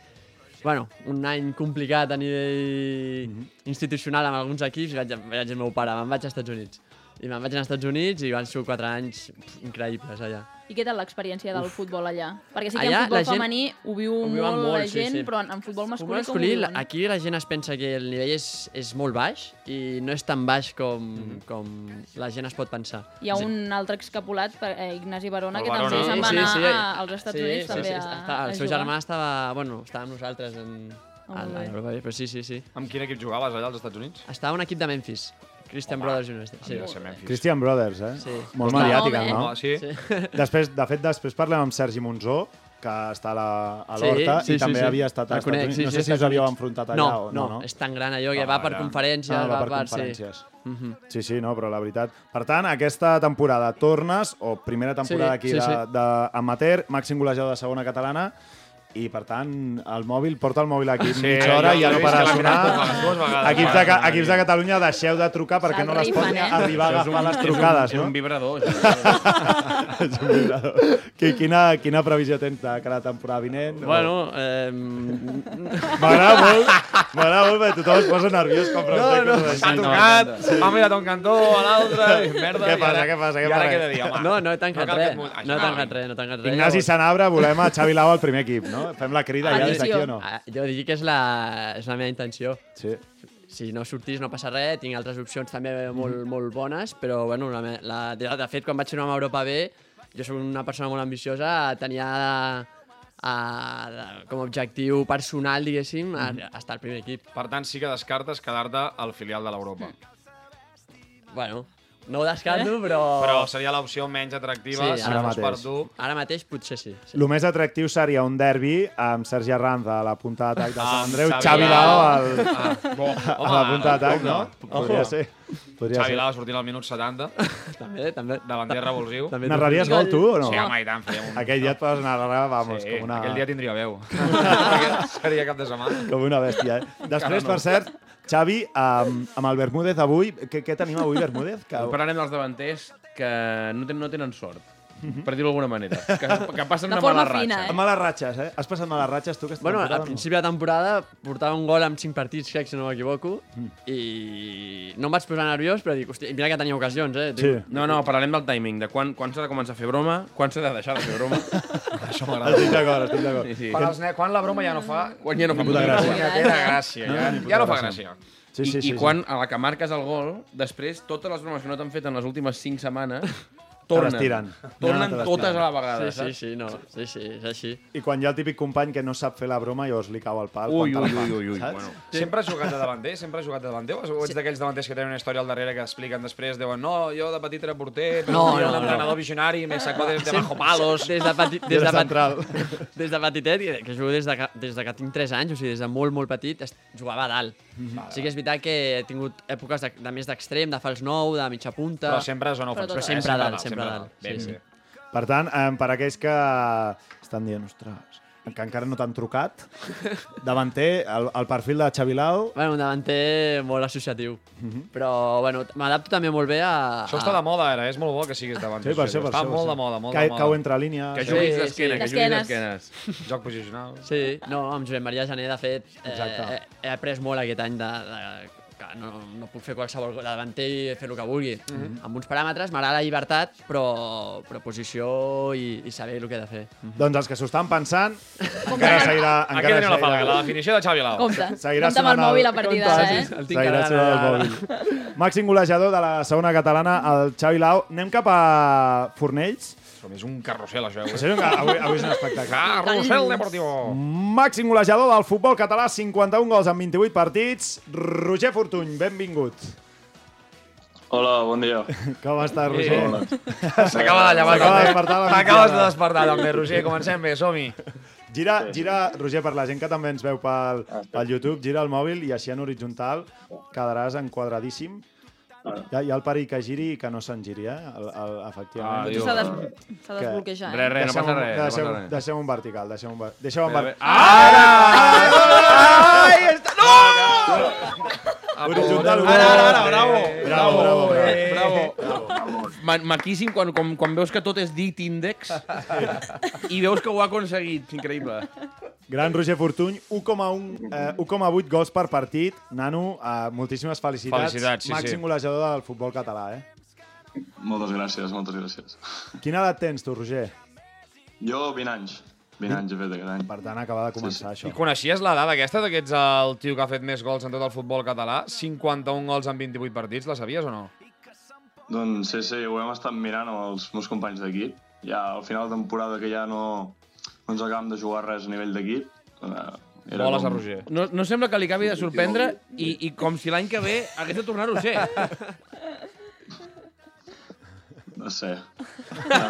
Speaker 9: bueno, un any complicat a nivell
Speaker 6: Mm-hmm.
Speaker 9: institucional amb alguns equips i vaig, vaig dir al meu pare, me'n vaig als Estats Units. I me'n vaig anar als Estats Units i van ser 4 anys pff, increïbles allà.
Speaker 8: I què tal l'experiència del futbol allà? Perquè sí que
Speaker 9: Allà
Speaker 8: en futbol
Speaker 9: la gent-
Speaker 8: femení ho viu
Speaker 9: ho viuen
Speaker 8: molt, la
Speaker 9: molt, sí,
Speaker 8: gent,
Speaker 9: sí.
Speaker 8: però en, en futbol
Speaker 9: Futbol
Speaker 8: masculí,
Speaker 9: masculí,
Speaker 8: com ho viuen?
Speaker 9: aquí la gent es pensa que el nivell és, és molt baix i no és tan baix com,
Speaker 6: Mm-hmm.
Speaker 9: com la gent es pot pensar.
Speaker 8: Hi ha un altre excapulat, per- eh, Ignasi Barona,
Speaker 9: El
Speaker 8: que
Speaker 9: Barona.
Speaker 8: també se'n va
Speaker 9: Sí,
Speaker 8: anar
Speaker 9: sí, sí.
Speaker 8: a, als Estats Units també a,
Speaker 9: està,
Speaker 8: a
Speaker 9: El seu
Speaker 8: jugar.
Speaker 9: germà estava, bueno, estava amb nosaltres en,
Speaker 8: Ah,
Speaker 9: a
Speaker 8: molt
Speaker 9: a
Speaker 8: bé.
Speaker 9: l'Europa, però sí, sí, sí.
Speaker 7: Amb quin equip jugaves allà als Estats Units?
Speaker 9: Estava un equip de Memphis, Christian Brothers University.
Speaker 7: havia de ser Memphis.
Speaker 6: Christian Brothers, eh?
Speaker 9: Sí.
Speaker 6: Molt
Speaker 9: Costa
Speaker 6: mediàtica,
Speaker 9: Home, eh?
Speaker 6: no?
Speaker 9: Home, sí. Sí.
Speaker 6: Després, de fet, després parlem amb Sergi Monzó, que està a la- a l'Horta i també havia estat
Speaker 9: El
Speaker 6: a Estats
Speaker 9: conec,
Speaker 6: Units.
Speaker 9: sí,
Speaker 6: no
Speaker 9: sí,
Speaker 6: sé si us
Speaker 9: Estats
Speaker 6: havíeu
Speaker 9: Units.
Speaker 6: enfrontat allà
Speaker 9: no,
Speaker 6: o no.
Speaker 9: No, és tan gran allò que va per conferències,
Speaker 6: Ah,
Speaker 9: va,
Speaker 6: va per
Speaker 9: per...
Speaker 6: conferències.
Speaker 9: Sí. Mhm.
Speaker 6: Sí, sí, no, però la veritat... Per tant, aquesta temporada tornes, o primera temporada
Speaker 9: Sí,
Speaker 6: aquí
Speaker 9: sí,
Speaker 6: de,
Speaker 9: sí.
Speaker 6: de amateur, màxim golejador de segona catalana, i per tant, el mòbil, porta el mòbil aquí
Speaker 7: Sí,
Speaker 6: mitja hora
Speaker 7: jo
Speaker 6: i ja
Speaker 7: l'he
Speaker 6: no para
Speaker 7: vist que
Speaker 6: de
Speaker 7: l'ha
Speaker 6: sonar.
Speaker 7: mirat dues vegades. eh?
Speaker 6: Equips de, ca-
Speaker 7: Mare
Speaker 6: equips de Catalunya, deixeu de trucar perquè no les pot
Speaker 7: rifen, eh?
Speaker 6: arribar a
Speaker 7: Això és
Speaker 6: agafar
Speaker 7: un-
Speaker 6: les
Speaker 7: és un-
Speaker 6: trucades,
Speaker 10: és
Speaker 6: no?
Speaker 10: un vibrador,
Speaker 6: És un vibrador. Qui- Quina, quina previsió tens de cada temporada vinent? O-
Speaker 9: Bueno, eh... M'agrada
Speaker 6: M'agrada molt, m'agrada molt, perquè tothom es posa nerviós quan pregunta
Speaker 9: no.
Speaker 6: coses així.
Speaker 9: S'ha tocat,
Speaker 7: m'ha mirat a un cantó, a l'altre, i merda,
Speaker 6: Què
Speaker 7: i
Speaker 6: passa,
Speaker 7: ara-
Speaker 6: què passa, què
Speaker 7: i ara
Speaker 6: passa?
Speaker 7: què he de dir, home?
Speaker 9: No, no he tancat
Speaker 7: No cal que
Speaker 9: res,
Speaker 7: et multis,
Speaker 9: no he
Speaker 7: va,
Speaker 9: tancat res, no he tancat res.
Speaker 6: Ignasi
Speaker 9: llavors-
Speaker 6: Sanabra, volem a Xavi Lau al primer equip, no? Fem la crida ja des d'aquí o no?
Speaker 9: Ah, Jo dic que és la, és la meva intenció.
Speaker 6: Sí.
Speaker 9: Si no sortís no passa res, tinc altres opcions també molt,
Speaker 6: Mm.
Speaker 9: molt bones, però bueno, la, me- la, de, de fet quan vaig fer-ho amb Europa B, jo soc una persona molt ambiciosa, tenia a, a, com a objectiu personal, diguéssim,
Speaker 6: Mm.
Speaker 9: a, a estar al primer equip.
Speaker 7: Per tant, sí que descartes quedar-te al filial de l'Europa. Eh?
Speaker 9: Bueno, no ho descarto, però...
Speaker 7: Però seria l'opció menys atractiva, si
Speaker 9: ara
Speaker 7: no fos per
Speaker 9: mateix.
Speaker 7: tu.
Speaker 9: Ara mateix potser sí. sí.
Speaker 6: El més atractiu seria un derbi amb Sergi Arranz a la punta d'atac de Sant
Speaker 7: Amb
Speaker 6: Andreu,
Speaker 7: Ah, Xavi
Speaker 6: Xavi
Speaker 7: Lau.
Speaker 6: Lau al,
Speaker 7: Ah, bo.
Speaker 6: [laughs] a
Speaker 7: Home,
Speaker 6: la punta d'atac, no?
Speaker 7: ojo.
Speaker 6: Podria ser. Podria
Speaker 7: Xavi
Speaker 6: ser.
Speaker 7: Lava sortint al minut 70.
Speaker 9: [laughs] també, també.
Speaker 7: Davanter revulsiu.
Speaker 9: També
Speaker 6: Narraries gol, tu, o no?
Speaker 7: Sí, home, i tant. Fèiem un...
Speaker 6: Aquell dia et poses una rara, vamos,
Speaker 7: Sí,
Speaker 6: com una...
Speaker 7: Aquell dia tindria
Speaker 6: [laughs]
Speaker 7: veu. Perquè seria cap de setmana.
Speaker 6: Com una bèstia, eh? Després,
Speaker 7: Encara no.
Speaker 6: per cert, Xavi, amb, amb el Bermúdez avui, què, què tenim avui, Bermúdez? Que...
Speaker 10: Avui parlarem dels davanters que no, ten, no tenen sort. per dir-ho d'alguna manera. Que, que passen
Speaker 8: De
Speaker 10: una
Speaker 8: forma
Speaker 10: mala
Speaker 8: fina,
Speaker 10: ratxa.
Speaker 8: eh?
Speaker 6: Males ratxes, eh? Has passat males ratxes tu aquesta
Speaker 9: Bueno, al
Speaker 6: temporada?
Speaker 9: principi de temporada portava un gol amb 5 partits, crec, si no m'equivoco,
Speaker 6: Mm.
Speaker 9: i no em vaig posar nerviós, però dic, hòstia, mira que tenia ocasions, eh?
Speaker 10: Sí. No, no, parlarem del timing, de quan, quan s'ha de començar a fer broma, quan s'ha de deixar de fer broma. Això m'agrada.
Speaker 6: Estic d'acord, estic d'acord.
Speaker 10: Sí, sí.
Speaker 7: Quan, els, ne- quan la broma ja no fa...
Speaker 10: Quan ja no fa
Speaker 7: ni puta
Speaker 10: gràcia.
Speaker 7: punyetera gràcia.
Speaker 10: No,
Speaker 7: ja,
Speaker 10: ni puta
Speaker 7: ja no fa
Speaker 10: gràcia.
Speaker 7: gràcia.
Speaker 10: I, i quan a la que marques el gol, després totes les bromes que no t'han fet en les últimes 5 setmanes tornen.
Speaker 6: les tiren. No, no,
Speaker 10: Tornen
Speaker 6: te les
Speaker 10: totes
Speaker 6: tiren.
Speaker 10: a la vegada.
Speaker 9: Sí, sí, sí, no. Sí, sí, és així.
Speaker 6: I quan hi ha el típic company que no sap fer la broma, llavors li cau el pal.
Speaker 10: Ui,
Speaker 6: quan te la
Speaker 10: ui,
Speaker 6: fa,
Speaker 10: ui, ui, ui,
Speaker 6: saps?
Speaker 10: bueno.
Speaker 7: Sempre has jugat de davanter? Sempre has jugat de davanter? O ets d'aquells davanters que tenen una història al darrere que expliquen després, diuen, no, jo de petit era porter, però
Speaker 9: No,
Speaker 7: no,
Speaker 9: no,
Speaker 7: un
Speaker 9: no.
Speaker 7: entrenador visionari, me sacó des de
Speaker 9: Sempre-
Speaker 7: bajo palos.
Speaker 9: Des de, peti,
Speaker 7: I
Speaker 9: des
Speaker 7: era
Speaker 9: de,
Speaker 7: central.
Speaker 9: peti, des de petitet, que, que jugo des de, que, des de que tinc 3 anys, o sigui, des de molt, molt petit, es- jugava a dalt. Sí que és veritat que he tingut èpoques de, de més d'extrem, de fals nou, de mitja punta...
Speaker 7: Però sempre zona ofensiva,
Speaker 9: Però
Speaker 7: eh?
Speaker 9: sempre a dalt, sempre a dalt.
Speaker 7: Ben
Speaker 9: Sí, sí.
Speaker 7: bé.
Speaker 6: Per tant, eh, per aquells que estan dient, ostres, que encara no t'han trucat, davanter, el, el perfil de Xavilau...
Speaker 9: Bueno, un davanter molt associatiu. Però, bueno, m'adapto també molt bé a...
Speaker 7: Això està de moda ara, és molt bo que siguis davant.
Speaker 6: Sí, per això, per
Speaker 7: està
Speaker 6: això, per
Speaker 7: molt
Speaker 6: això.
Speaker 7: de moda, molt
Speaker 6: Cau-
Speaker 7: de moda.
Speaker 6: cau entre línies.
Speaker 7: Que juguis
Speaker 9: Sí,
Speaker 7: d'esquena,
Speaker 9: sí.
Speaker 7: que juguis
Speaker 9: D'esquenes.
Speaker 7: d'esquenes. Joc posicional.
Speaker 9: Sí, no, amb Josep Maria Jané, de fet, eh,
Speaker 7: Exacte.
Speaker 9: he, he après molt aquest any de, de que no, no puc fer qualsevol gol de davanter i fer el que vulgui.
Speaker 6: Mhm.
Speaker 9: Amb uns paràmetres m'agrada la llibertat, però, però posició i, i saber el que he de fer.
Speaker 6: Doncs els que s'ho estan pensant, encara seguirà...
Speaker 9: Aquí
Speaker 6: encara
Speaker 9: teniu la
Speaker 6: seguirà-
Speaker 9: falca, la definició de Xavi Lao. Compte.
Speaker 6: Seguirà
Speaker 9: Compte amb el
Speaker 6: sonant
Speaker 9: mòbil a partir
Speaker 6: Compte,
Speaker 9: d'ara,
Speaker 6: sí,
Speaker 9: eh?
Speaker 6: sí,
Speaker 9: El tinc
Speaker 6: Seguirà
Speaker 9: ara,
Speaker 6: sonant el
Speaker 9: ara,
Speaker 6: mòbil. Màxim golejador de la segona catalana, el Xavi Lau. Anem cap a Fornells.
Speaker 7: Som és un carrusel, això. eh?
Speaker 6: En sèrio, que avui- avui és un espectacle.
Speaker 7: Ah, Carrusel deportiu.
Speaker 6: Màxim golejador del futbol català, 51 gols en 28 partits. Roger Fortuny, benvingut.
Speaker 12: Hola, bon dia.
Speaker 6: [laughs]
Speaker 12: Eh,
Speaker 6: Com estàs,
Speaker 7: Sí.
Speaker 6: Roger?
Speaker 12: Hola.
Speaker 7: S'acaba de
Speaker 6: S'acaba
Speaker 7: llevar.
Speaker 6: de
Speaker 7: també.
Speaker 6: despertar la
Speaker 7: T'acabes de
Speaker 6: migdiada.
Speaker 7: despertar, també, Roger. Comencem bé, som-hi.
Speaker 6: Gira, gira, Roger, per la gent que també ens veu pel,
Speaker 7: Ah,
Speaker 6: pel YouTube, gira el mòbil i així en horitzontal quedaràs enquadradíssim. Hi ha, hi ha el perill que giri i que no se'n giri, eh? El, el,
Speaker 7: Ah,
Speaker 6: efectivament.
Speaker 7: Dios. S'ha des-
Speaker 8: s'ha desbloquejat, eh?
Speaker 7: Res, res, no
Speaker 6: Deixem
Speaker 7: passa
Speaker 6: un-
Speaker 7: res, no
Speaker 6: deixem-
Speaker 7: passa res.
Speaker 6: Deixem un vertical, deixem un vertical. Deixem un
Speaker 7: Espera,
Speaker 6: vertical.
Speaker 7: Ara!
Speaker 6: Horitzontal,
Speaker 10: Ara,
Speaker 6: horitzontal.
Speaker 10: ara, ara, bravo. eh,
Speaker 6: Bravo, bravo, bravo.
Speaker 10: bravo. Ma- Maquíssim quan, quan, quan veus que tot és dit índex i veus que ho ha aconseguit. Increïble.
Speaker 6: Gran Roger Fortuny, 1,1, eh, 1,8 gols per partit. Nano, eh, moltíssimes felicitats.
Speaker 12: Felicitats, sí,
Speaker 6: Màxim
Speaker 12: sí.
Speaker 6: golejador del futbol català, eh?
Speaker 12: Moltes gràcies, moltes gràcies.
Speaker 6: Quina edat tens tu, Roger?
Speaker 12: Jo, 20 anys. 20 anys he fet aquest any. Per
Speaker 6: tant, acaba de començar sí,
Speaker 7: I coneixies l'edat aquesta, de que ets el tio que ha fet més gols en tot el futbol català? 51 gols en 28 partits, la sabies o no?
Speaker 12: Doncs sí, sí, ho hem estat mirant amb els meus companys d'equip. Ja al final de temporada que ja no, no ens acabem de jugar res a nivell d'equip. eh, era
Speaker 10: Boles
Speaker 12: com-
Speaker 10: a Roger. No, no sembla que li acabi de sorprendre i, i com si l'any que ve hagués de tornar a ser.
Speaker 12: No sé.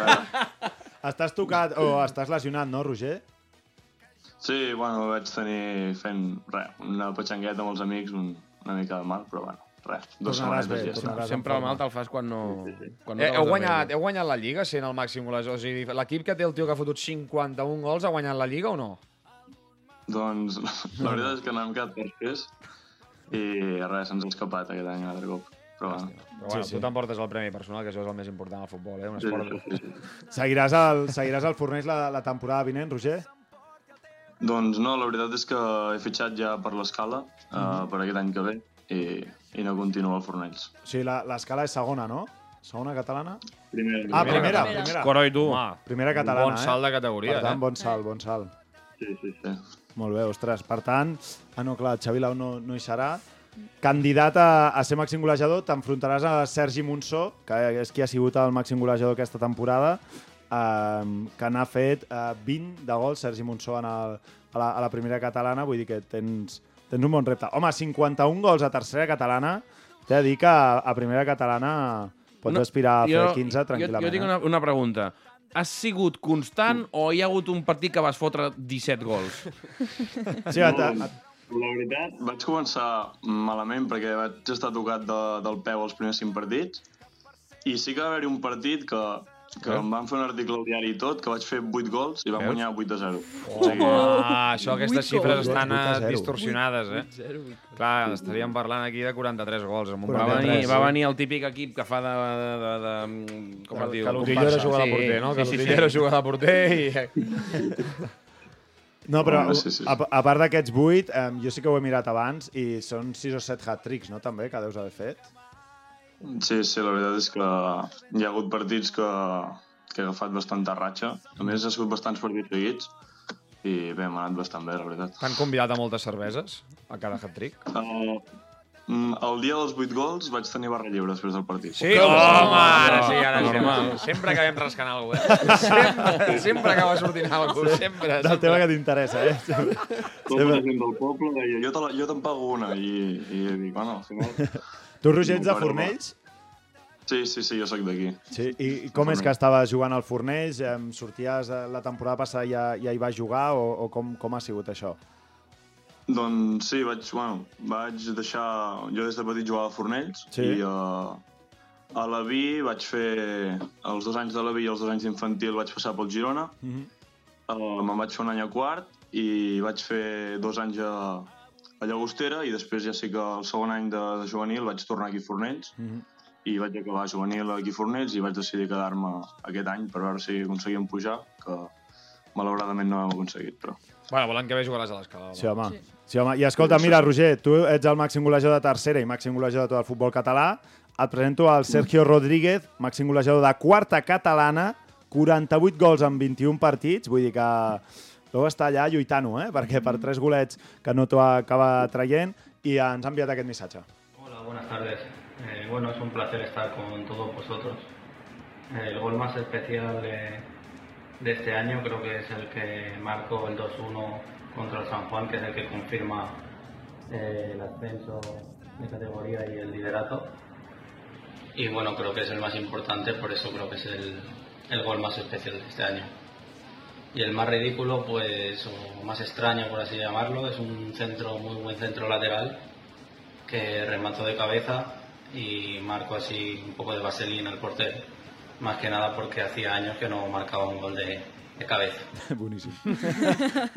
Speaker 6: [laughs] Estàs tocat o estàs lesionat, no, Roger?
Speaker 12: Sí, bueno, vaig tenir fent re, una petxangueta amb els amics, un, una mica de mal, però bueno, res. Dos
Speaker 6: Tornaràs bé,
Speaker 12: setmanetes i ja està.
Speaker 6: tornaràs
Speaker 10: Sempre el mal te'l fas quan no... Quan no
Speaker 7: Eh, heu,
Speaker 10: acabes de
Speaker 7: guanyat, heu guanyat la Lliga sent el màxim golejador? O sigui, l'equip que té el tio que ha fotut 51 gols ha guanyat la Lliga o no?
Speaker 12: Doncs la veritat és que no hem quedat tercers i res, ens ha escapat aquest any un altre cop. Però bueno.
Speaker 7: Però bueno, tu t'emportes el premi personal, que això és el més important al futbol, eh? Un esport...
Speaker 6: Seguiràs al, seguiràs al Fornells la, la temporada vinent, Roger?
Speaker 12: Doncs no, la veritat és que he fitxat ja per l'escala uh, per aquest any que ve i, i no continuo al Fornells.
Speaker 6: O sigui, la- l'escala és segona, no? Segona catalana?
Speaker 12: Primer,
Speaker 6: Ah, primera, primera.
Speaker 7: Coroi, tu. Home,
Speaker 6: Primera catalana,
Speaker 7: Bon salt de categoria,
Speaker 6: eh? Per tant,
Speaker 7: eh?
Speaker 6: bon salt, bon salt.
Speaker 12: Sí, sí, sí.
Speaker 6: Molt bé, ostres. Per tant, ah, no, clar, Xavi Lau no, no hi serà. Candidat a, a ser màxim golejador, t'enfrontaràs a Sergi Monsó, que és qui ha sigut el màxim golejador aquesta temporada, eh, que n'ha fet eh, 20 de gols, Sergi Monsó, en el, a, la, a la primera catalana. Vull dir que tens, tens un bon repte. Home, 51 gols a tercera catalana. T'he de dir que a, a primera catalana pots
Speaker 10: No,
Speaker 6: aspirar a fer
Speaker 10: jo-
Speaker 6: 15 tranquil·lament. eh?
Speaker 10: Jo, jo tinc una, una pregunta. Has sigut constant o hi ha hagut un partit que vas fotre 17
Speaker 6: [laughs]
Speaker 10: gols?
Speaker 6: Sí, a, a,
Speaker 12: La veritat, vaig començar malament perquè vaig estar tocat de, del peu els primers cinc partits i sí que va haver-hi un partit que
Speaker 7: Eh?
Speaker 12: que em van fer un article al diari i tot, que vaig fer 8 gols i vam
Speaker 7: Veus?
Speaker 12: guanyar 8 a 0.
Speaker 7: Eh? Ah, Oh, això, aquestes xifres estan eh, distorsionades, eh?
Speaker 9: 8-0.
Speaker 7: Clar, estaríem parlant aquí de 43 gols. Amb un
Speaker 10: Va venir,
Speaker 7: 43,
Speaker 10: va
Speaker 7: sí.
Speaker 10: venir el típic equip que fa de... de, de, de com
Speaker 7: Que
Speaker 10: es diu?
Speaker 7: l'Utillero
Speaker 10: Comparsa.
Speaker 7: juga de porter, no? Que l'Utillero juga de porter
Speaker 6: No, però
Speaker 12: Home, sí, sí.
Speaker 6: a, a part d'aquests 8, eh, jo sí que ho he mirat abans i són 6 o 7 hat-tricks, no, també, que deus haver fet?
Speaker 12: Sí, sí, la veritat és que hi ha hagut partits que, que he agafat bastanta ratxa. A més, ha sigut bastants partits seguits i bé, m'ha anat bastant bé, la veritat.
Speaker 7: T'han convidat a moltes cerveses a cada hat-trick?
Speaker 12: Uh, el dia dels 8 gols vaig tenir barra lliure després del partit.
Speaker 7: Sí, home, ara sí, ara sí. Home. Sempre acabem rascant alguna cosa. Eh? Sempre, sempre acaba
Speaker 6: [laughs]
Speaker 7: sortint alguna cosa. Sempre,
Speaker 6: Del
Speaker 7: sempre.
Speaker 6: tema que t'interessa, eh? [laughs] Sempre.
Speaker 12: Tota la gent del poble deia, jo, te la, jo te'n pago una. I, i dic, bueno, al final...
Speaker 6: [laughs] Tu, Roger, ets de
Speaker 12: Bueno,
Speaker 6: Fornells?
Speaker 12: Sí, sí, sí, jo sóc d'aquí.
Speaker 6: Sí, i, i com és que estaves jugant al Fornells? Em sorties eh, la temporada passada ja, ja hi vas jugar o, o com, com ha sigut això?
Speaker 12: Doncs sí, vaig, bueno, vaig deixar... Jo des de petit jugava a Fornells
Speaker 6: Sí.
Speaker 12: i uh, a l'Avi vaig fer... Els dos anys de l'Avi i els dos anys d'infantil vaig passar pel Girona.
Speaker 6: Mhm.
Speaker 12: Uh, Me'n vaig fer un any a quart i vaig fer dos anys a, a Llagostera i després ja sí que el segon any de, de juvenil vaig tornar aquí a Fornells
Speaker 6: Mhm.
Speaker 12: i vaig acabar juvenil aquí a Fornells i vaig decidir quedar-me aquest any per veure si aconseguíem pujar, que malauradament no hem aconseguit, però...
Speaker 7: Bueno, volen que bé jugaràs a l'escala.
Speaker 6: Sí, home. Sí. sí, home. I escolta, mira, Roger, tu ets el màxim golejador de tercera i màxim golejador de tot el futbol català. Et presento al Sergio Rodríguez, màxim golejador de quarta catalana, 48 gols en 21 partits, vull dir que deu estar allà lluitant-ho, eh? perquè per tres golets que no t'ho acaba traient, i ens ha enviat aquest missatge.
Speaker 13: Hola, buenas tardes. Eh, bueno, es un placer estar con todos vosotros. Eh, El gol más especial de, de este año creo que es el que marcó el 2-1 contra el San Juan, que es el que confirma eh, el ascenso de categoría y el liderato. Y bueno, creo que es el más importante, por eso creo que es el, el gol más especial de este año. Y el más ridículo, pues, o más extraño, por así llamarlo, es un centro, muy buen centro lateral, que remató de cabeza y marcó así un poco de vaselina al portero. Más que nada porque hacía años que no marcaba un gol de, de cabeza.
Speaker 6: Boníssim.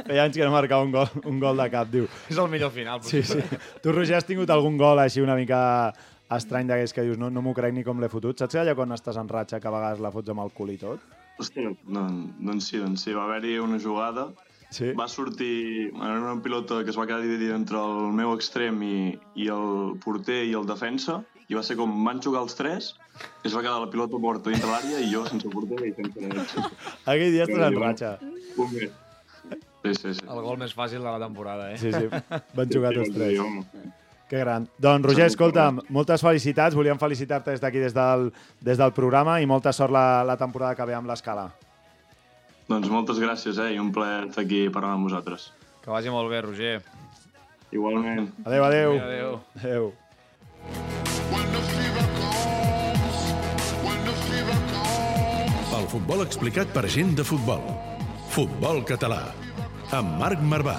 Speaker 6: Feia anys que no marcava un gol, un gol de cap, diu.
Speaker 7: És el millor final
Speaker 6: Sí, sí.
Speaker 7: possible.
Speaker 6: Tu, Roger, has tingut algun gol així una mica estrany d'aquells que dius no, no m'ho crec ni com l'he fotut. Saps allò quan estàs en ratxa que a vegades la fots amb el cul i tot?
Speaker 12: Ostres, doncs, doncs sí, doncs sí, va haver-hi una jugada.
Speaker 6: Sí.
Speaker 12: Va sortir en una pilota que es va quedar dividida entre el meu extrem i, i el porter i el defensa, i va ser com van jugar els tres, i es va quedar la pilota morta dintre l'àrea i jo sense porter i sense...
Speaker 6: [laughs] Aquell dia estàs en
Speaker 12: Déu.
Speaker 6: ratxa.
Speaker 12: Un bé. Sí, sí, sí.
Speaker 7: El gol més fàcil de la temporada, eh?
Speaker 6: Sí, sí. Van jugar tots tres.
Speaker 12: home.
Speaker 6: Que gran. Doncs, Roger, escolta'm, moltes felicitats. Volíem felicitar-te des d'aquí, des del, des del programa, i molta sort la, la temporada que ve amb l'escala.
Speaker 12: Doncs moltes gràcies, eh, i un plaer estar aquí parlant amb vosaltres.
Speaker 7: Que vagi molt bé, Roger.
Speaker 12: Igualment.
Speaker 6: Adéu, adéu.
Speaker 7: Adéu.
Speaker 6: Adéu.
Speaker 5: El futbol explicat per gent de futbol. Futbol català. Amb Marc Marvà.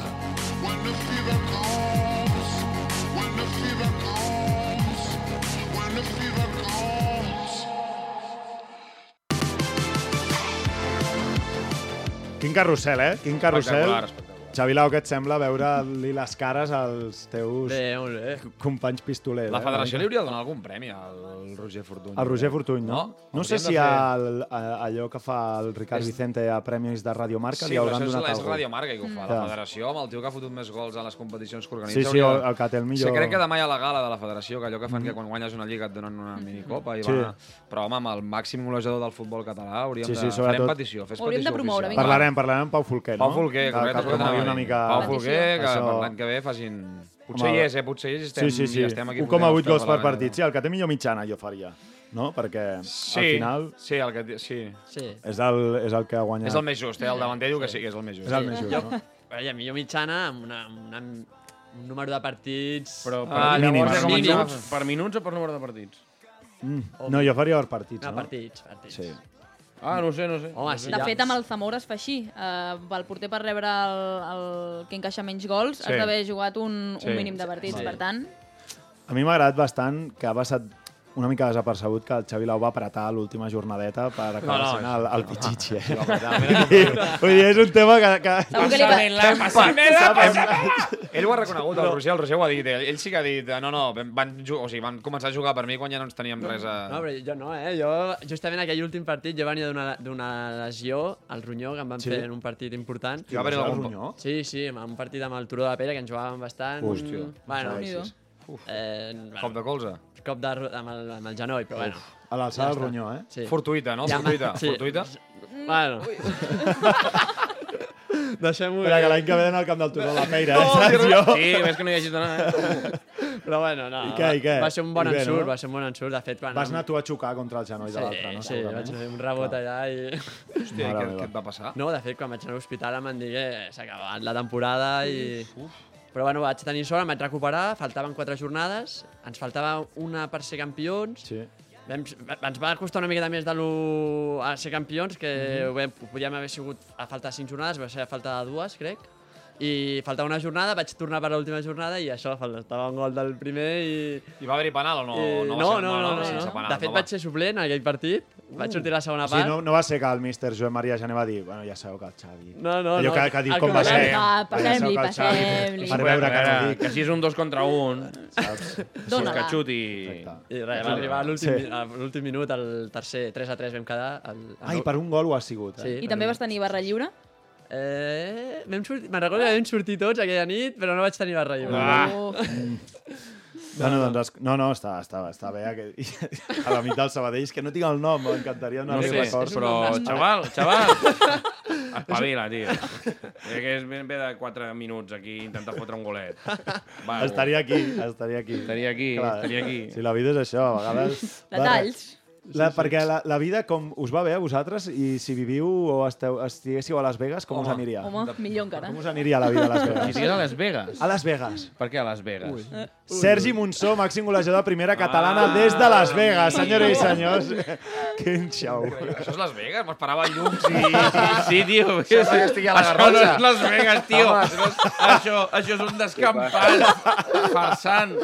Speaker 6: Quin carrusel, eh? Quin carrusel.
Speaker 7: Espectacular, espectacular.
Speaker 6: Xavi Lau, què et sembla veure-li les cares als teus
Speaker 7: Bé, molt bé.
Speaker 6: companys pistolers?
Speaker 7: La
Speaker 6: eh?
Speaker 7: federació li hauria de donar algun premi al Roger Fortuny. eh?
Speaker 6: El Roger Fortuny, no?
Speaker 7: No,
Speaker 6: No, no sé
Speaker 7: hauríem de
Speaker 6: si
Speaker 7: fer-
Speaker 6: al, a, allò que fa el Ricard
Speaker 7: És-
Speaker 6: Vicente a Premis de Radio Marca
Speaker 7: Sí,
Speaker 6: li
Speaker 7: però
Speaker 6: hauran
Speaker 7: això és,
Speaker 6: donat
Speaker 7: la- és
Speaker 6: alguna
Speaker 7: Radio Marca que
Speaker 8: Mm.
Speaker 7: ho fa.
Speaker 6: Ja.
Speaker 7: La federació, amb el tio que ha fotut més gols a les competicions que
Speaker 6: Sí,
Speaker 7: organitza...
Speaker 6: sí,
Speaker 7: hauria
Speaker 6: el,
Speaker 7: de-
Speaker 6: el que té el millor...
Speaker 7: Sí, crec que demà hi ha la gala de la federació, que allò que fan
Speaker 6: Mhm.
Speaker 7: que quan guanyes una lliga et donen
Speaker 8: Mm.
Speaker 7: una minicopa i
Speaker 6: Sí.
Speaker 7: va... Però, home, amb el màxim golejador del futbol català hauríem
Speaker 6: Sí, sí,
Speaker 7: de...
Speaker 6: sobretot.
Speaker 7: Farem petició, fes
Speaker 8: Ho hauríem
Speaker 7: petició
Speaker 8: de promoure,
Speaker 7: oficial.
Speaker 8: vinga.
Speaker 6: Parlarem, parlarem amb Pau Folquer, no?
Speaker 7: Pau Folquer,
Speaker 6: Que-
Speaker 7: correcte.
Speaker 6: que promogui una mica...
Speaker 7: Pau Folquer, que
Speaker 6: això.
Speaker 7: per l'any que ve facin... Potser hi és, eh? Potser hi és, estem,
Speaker 6: sí, sí, sí.
Speaker 7: i estem aquí... eh?
Speaker 6: 1,8
Speaker 7: fotent els
Speaker 6: gols
Speaker 7: peus a
Speaker 6: per
Speaker 7: la
Speaker 6: partit. Sí, el que té millor mitjana jo faria, no? Perquè
Speaker 7: Sí,
Speaker 6: al final
Speaker 7: Sí, el que... Sí.
Speaker 9: Sí.
Speaker 6: és el, és el que ha guanyat.
Speaker 7: És el més just, eh? El davanter diu que sí que és el més just.
Speaker 6: És el més just,
Speaker 9: Jo,
Speaker 6: no?
Speaker 9: [laughs] vaja, millor mitjana amb, una, amb una, un número de partits...
Speaker 10: Però per,
Speaker 9: Ah,
Speaker 10: llavors,
Speaker 9: llavors,
Speaker 10: per,
Speaker 9: com
Speaker 10: minuts,
Speaker 9: ens-
Speaker 10: per minuts o per número de partits?
Speaker 6: Mm. No, jo faria per partits,
Speaker 9: No,
Speaker 6: no?
Speaker 9: partits, partits.
Speaker 6: Sí.
Speaker 10: Ah, no ho sé, no ho sé.
Speaker 9: Home,
Speaker 10: sí,
Speaker 8: Doncs De fet, amb el Zamora es fa així. Uh, el porter per rebre el, el que encaixa menys gols
Speaker 6: Sí.
Speaker 8: has d'haver jugat un,
Speaker 6: Sí.
Speaker 8: un mínim de partits.
Speaker 6: Sí.
Speaker 8: Per tant,
Speaker 6: A mi m'ha agradat bastant que ha passat una mica desapercebut que el Xavi Lau va apretar l'última jornadeta per acabar
Speaker 10: no,
Speaker 6: no, sent el,
Speaker 10: això-
Speaker 6: el Pichichi. Eh?
Speaker 10: va apretar,
Speaker 6: [laughs] Vull dir, és un tema que... que...
Speaker 7: Segur que li va- Pásamela, pásamela,
Speaker 6: pásamela.
Speaker 7: Ell ho ha reconegut, el
Speaker 6: No.
Speaker 7: Roger, el Roger ho ha dit. Ell, ell sí que ha dit, eh, no, no, vam- van, ju- o sigui, van començar a jugar per mi quan ja no ens teníem res a...
Speaker 9: No, però jo no, eh? Jo, justament aquell últim partit, jo venia d'una- d'una lesió al ronyó que em van
Speaker 7: Sí?
Speaker 9: sí? fer en un partit important.
Speaker 7: I va haver-hi Al algun-
Speaker 6: ronyó?
Speaker 9: Sí, sí, en un partit amb el Turó de la Pere, que ens jugàvem bastant.
Speaker 7: Hòstia.
Speaker 9: Bueno,
Speaker 7: Déu-n'hi-do.
Speaker 9: eh,
Speaker 7: Cop de colze?
Speaker 9: Cop de, ro- amb, el, amb el genoll, però
Speaker 7: Uf.
Speaker 9: bueno.
Speaker 6: A l'alçada
Speaker 9: està.
Speaker 6: del ronyó, eh?
Speaker 7: Fortuïta, no?
Speaker 9: Ja,
Speaker 7: Fortuïta,
Speaker 9: sí. Mm,
Speaker 7: fortuïta.
Speaker 9: Bueno. [laughs] Deixem-ho...
Speaker 6: Espera, que l'any que ve d'anar al camp del Turó a la Peira, eh,
Speaker 9: No,
Speaker 6: saps
Speaker 9: sí,
Speaker 6: jo?
Speaker 9: sí, ves que no hi hagis d'anar, eh? Però bueno, no,
Speaker 6: I què, i què?
Speaker 9: va ser un bon
Speaker 6: I bé,
Speaker 9: ensurt,
Speaker 6: no?
Speaker 9: va ser un bon ensurt, de fet, quan...
Speaker 6: Vas anar tu a xocar contra el genoll
Speaker 9: sí,
Speaker 6: de l'altre, no?
Speaker 9: Sí,
Speaker 6: Segurament.
Speaker 9: vaig fer un rebot
Speaker 6: Clar.
Speaker 9: allà i...
Speaker 6: Hòstia, i Mare què- meva. què et
Speaker 7: va passar?
Speaker 9: No, de fet, quan vaig anar a l'hospital em van dir que s'ha acabat la temporada i... Però bueno, vaig tenir sort, em vaig recuperar, faltaven quatre jornades, ens faltava una per ser campions,
Speaker 6: Sí.
Speaker 9: Vam, ens va costar una miqueta més de lo, a ser campions, que
Speaker 7: Mhm.
Speaker 9: mm -hmm. podíem haver sigut a falta de 5 jornades, va ser a falta de dues, crec. I faltava una jornada, vaig tornar per l'última jornada i això, faltava un gol del primer i...
Speaker 7: I va haver-hi penal o no?
Speaker 9: I-
Speaker 7: no, va
Speaker 9: no,
Speaker 7: ser,
Speaker 9: no, no, no,
Speaker 7: sí,
Speaker 9: no.
Speaker 7: s'ha penal,
Speaker 9: De fet,
Speaker 7: no va.
Speaker 9: vaig ser suplent en aquell partit, vaig sortir a la segona
Speaker 6: O sigui,
Speaker 9: part.
Speaker 6: no, no va ser que el míster Joan Maria Jané va dir bueno, ja sabeu que el Xavi...
Speaker 9: No, no,
Speaker 6: Allò
Speaker 9: no,
Speaker 6: que, que diu
Speaker 9: el
Speaker 6: com va ser.
Speaker 9: comentem.
Speaker 6: "Ah,
Speaker 9: Va,
Speaker 6: ja sabeu
Speaker 9: passem-li,
Speaker 6: que el Xavi",
Speaker 9: passem-li.
Speaker 6: Per veure que no
Speaker 10: Espera,
Speaker 6: dic.
Speaker 10: que així és un dos contra un.
Speaker 6: Saps?
Speaker 10: Dóna-la.
Speaker 9: Dóna-la.
Speaker 10: Que xuti.
Speaker 9: I res, va
Speaker 10: Xuti.
Speaker 9: arribar a l'últim
Speaker 10: Sí.
Speaker 9: mi- a l'últim minut, el tercer, 3 a 3 vam quedar. El, el
Speaker 6: Ai, per un gol ho ha sigut, eh?
Speaker 9: Sí,
Speaker 8: I també vas tenir barra lliure?
Speaker 9: Eh, vam sortir, me'n recordo que vam sortir tots aquella nit, però no vaig tenir barra lliure.
Speaker 6: Ah.
Speaker 8: Mm.
Speaker 6: Bueno, doncs, es- no, no, està, està, està bé. Aquest... [laughs] A la mitad del Sabadell, és que no tinc el nom, m'encantaria
Speaker 10: No,
Speaker 6: donar-li
Speaker 10: sé,
Speaker 6: records.
Speaker 10: però, xaval, xaval, [laughs] espavila, tio. Eh, que és ben bé de 4 minuts aquí intentar fotre un golet.
Speaker 7: [laughs]
Speaker 10: Va,
Speaker 6: Estaria aquí, estaria aquí. Estaria
Speaker 7: eh.
Speaker 10: aquí, estaria aquí.
Speaker 6: Si la vida és això, a vegades...
Speaker 8: Detalls.
Speaker 6: La, Perquè la, la vida, com us va bé a vosaltres, i si viviu o esteu, estiguéssiu a Las Vegas, com us aniria?
Speaker 8: Home, millor encara.
Speaker 6: Com us aniria la vida a Las Vegas?
Speaker 10: Si estigués a Las Vegas.
Speaker 6: A Las Vegas.
Speaker 10: Per què a Las Vegas? Ui.
Speaker 6: Sergi Monsó, màxim golejador de primera
Speaker 10: Ah.
Speaker 6: catalana des de Las Vegas, senyores i senyors. [laughs] Quin xou.
Speaker 7: Això és Las Vegas? M'esperava llums i...
Speaker 10: Sí, tio.
Speaker 7: Sembla que estigui a la
Speaker 10: Això
Speaker 7: Garrotxa.
Speaker 10: no és Las Vegas, tio.
Speaker 7: Home,
Speaker 10: Això, és, això, això és un descampat [laughs] farsant.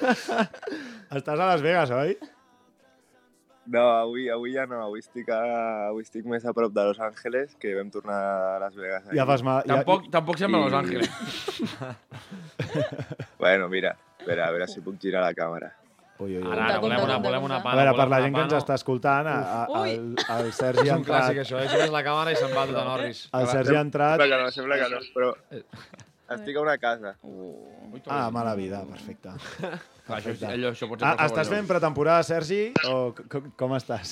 Speaker 6: [laughs] Estàs a Las Vegas, oi?
Speaker 14: No, avui, avui ja no, avui estic, a, avui estic més a prop de Los Angeles, que vam tornar a Las Vegas.
Speaker 6: Ja fas mal- ja- Tampoc-
Speaker 10: tampoc sembla Los
Speaker 7: [laughs]
Speaker 10: Angeles.
Speaker 14: [laughs] bueno, mira, a veure, a veure si puc girar la càmera.
Speaker 6: Ui, ui,
Speaker 10: Ara, ara, volem una, volem una
Speaker 6: A
Speaker 10: pana.
Speaker 6: veure, per
Speaker 10: volem
Speaker 6: la
Speaker 10: una
Speaker 6: gent que ens
Speaker 10: pana.
Speaker 6: està escoltant, a, a,
Speaker 10: Ui.
Speaker 6: el,
Speaker 7: [laughs]
Speaker 6: el Sergi
Speaker 7: És
Speaker 6: ha
Speaker 7: un clàssic,
Speaker 6: entrat...
Speaker 7: això, eh? Gires la càmera i se'n va tot a Norris.
Speaker 6: El Sergi ha entrat...
Speaker 14: Sembla que no, sembla que no, però
Speaker 10: Eh.
Speaker 14: estic a una casa. Uh,
Speaker 6: Ah, mala vida, perfecte.
Speaker 10: Clar, això,
Speaker 6: Perfecte.
Speaker 10: allò, això pot ser
Speaker 6: Ah,
Speaker 10: qualsevol
Speaker 6: estàs
Speaker 10: lloc.
Speaker 6: fent pretemporada, Sergi, o c- com, com estàs?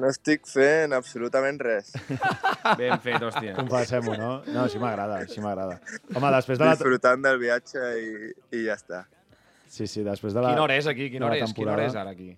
Speaker 14: No estic fent absolutament
Speaker 7: [laughs]
Speaker 14: res.
Speaker 10: Ben fet, hòstia.
Speaker 6: Confessem-ho, no? No, sí m'agrada, sí m'agrada. Home, després de la...
Speaker 14: Disfrutant del viatge i, i ja està.
Speaker 6: Sí, sí, després de la...
Speaker 7: Quina hora és aquí?
Speaker 6: de la
Speaker 7: Quina hora és? Quina hora
Speaker 6: temporada.
Speaker 7: és ara aquí?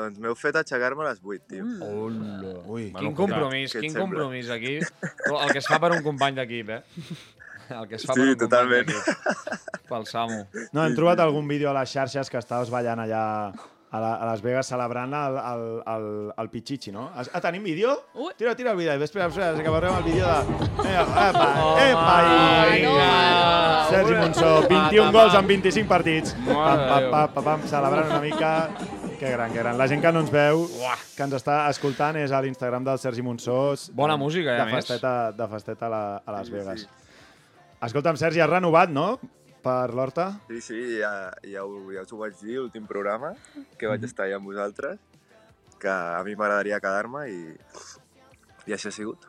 Speaker 14: Doncs m'heu fet aixecar-me a les 8, tio.
Speaker 9: Mm.
Speaker 7: Hola.
Speaker 6: Ui,
Speaker 7: Quin compromís, quin compromís aquí. El que es fa per un company d'equip, eh? [laughs] El que es fa
Speaker 14: Sí,
Speaker 7: per un
Speaker 14: totalment.
Speaker 7: company d'equip. Pel Samu.
Speaker 6: No, hem trobat algun vídeo a les xarxes que estaves ballant allà a, la, a Las Vegas celebrant el, el, el, el Pichichi, no? Es- Ah, tenim vídeo? Tira, tira el vídeo. I després, després acabarem el vídeo de... Epa, epa,
Speaker 7: Oh,
Speaker 6: epa! i- Sergi Monsó, 21 gols en 25 partits. Pam, pam, pam, pam, pam, celebrant una mica. Que gran, que gran. La gent que no ens veu, que ens està escoltant, és a l'Instagram del Sergi Monsó.
Speaker 7: Bona música, eh, a
Speaker 6: de
Speaker 7: més.
Speaker 6: festeta, de festeta a, la, a Las Vegas. Escolta'm, Sergi, has renovat, no? Per l'Horta?
Speaker 14: Sí, sí, ja, ja, ho, ja us ho vaig dir, l'últim programa, que
Speaker 7: Mhm.
Speaker 14: vaig estar allà amb vosaltres, que a mi m'agradaria quedar-me i, i això ha sigut.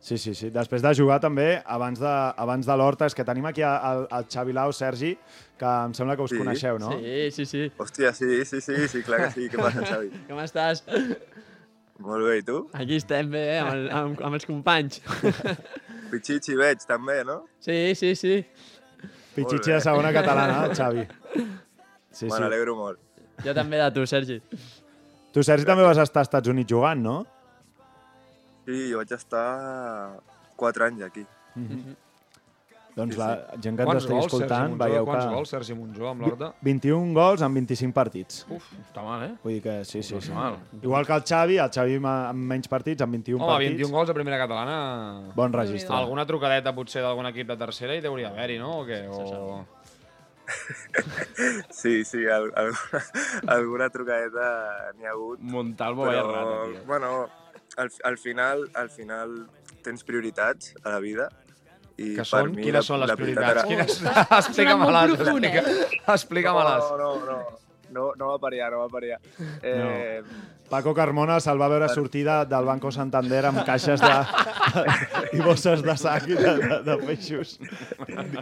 Speaker 6: Sí, sí, sí. Després de jugar també, abans de, abans de l'Horta, és que tenim aquí el, el Xavi Lau, Sergi, que em sembla que us
Speaker 14: Sí.
Speaker 6: coneixeu, no?
Speaker 9: Sí, sí, sí.
Speaker 14: Hòstia, sí, sí, sí, sí, clar que sí. Què passa,
Speaker 6: [laughs]
Speaker 14: Xavi?
Speaker 9: Com estàs?
Speaker 14: Molt bé, i tu?
Speaker 9: Aquí estem bé, eh? amb, el, amb, amb els companys. [laughs]
Speaker 14: Pichichi veig, també, no?
Speaker 9: Sí, sí, sí.
Speaker 14: Molt
Speaker 6: Pichichi
Speaker 14: bé.
Speaker 6: de segona catalana, el Xavi.
Speaker 14: Sí,
Speaker 6: Sí,
Speaker 14: Me
Speaker 6: sí.
Speaker 14: n'alegro molt.
Speaker 9: Jo també de tu, Sergi.
Speaker 6: Tu, Sergi, també vas estar als Estats Units jugant, no?
Speaker 14: Sí, jo vaig estar 4 anys aquí.
Speaker 7: Mhm.
Speaker 6: Doncs
Speaker 14: Sí,
Speaker 6: la
Speaker 14: sí.
Speaker 6: gent que ens
Speaker 7: Quants
Speaker 6: estigui
Speaker 7: gols, Sergi
Speaker 6: escoltant,
Speaker 7: Monjó?
Speaker 6: veieu
Speaker 7: Quants
Speaker 6: que...
Speaker 7: gols, Sergi Monjó, amb l'Horta?
Speaker 6: 21 gols en 25 partits.
Speaker 7: Uf, està mal, eh?
Speaker 6: Vull dir que sí, sí. sí.
Speaker 7: mal.
Speaker 6: Igual que el Xavi, el Xavi ma- amb menys partits, amb 21
Speaker 7: Home,
Speaker 6: partits.
Speaker 7: 21 gols a primera catalana...
Speaker 6: Bon registre.
Speaker 7: Alguna trucadeta potser d'algun equip de tercera hi deuria haver-hi, no? O què? O...
Speaker 14: Sí, sí, al, [laughs] alguna, alguna trucadeta n'hi ha hagut.
Speaker 7: Montalvo,
Speaker 14: però,
Speaker 7: vaya rata, tio.
Speaker 14: Bueno, al, al, final, al final tens prioritats a la vida. I
Speaker 7: Que
Speaker 14: per
Speaker 7: són?
Speaker 14: mi, la,
Speaker 7: Quines són les
Speaker 14: la prioritat
Speaker 7: prioritats?
Speaker 14: era-
Speaker 7: Quines- [laughs] Oh, Explica molt malalts, profund, eh? [laughs] explica- explica malalts.
Speaker 14: No, no, no. No, no va per allà, no va per allà. Eh,
Speaker 6: Paco Carmona se'l va veure sortir de, del Banco Santander amb caixes
Speaker 14: [laughs]
Speaker 6: de... i bosses de sac i de, de, de peixos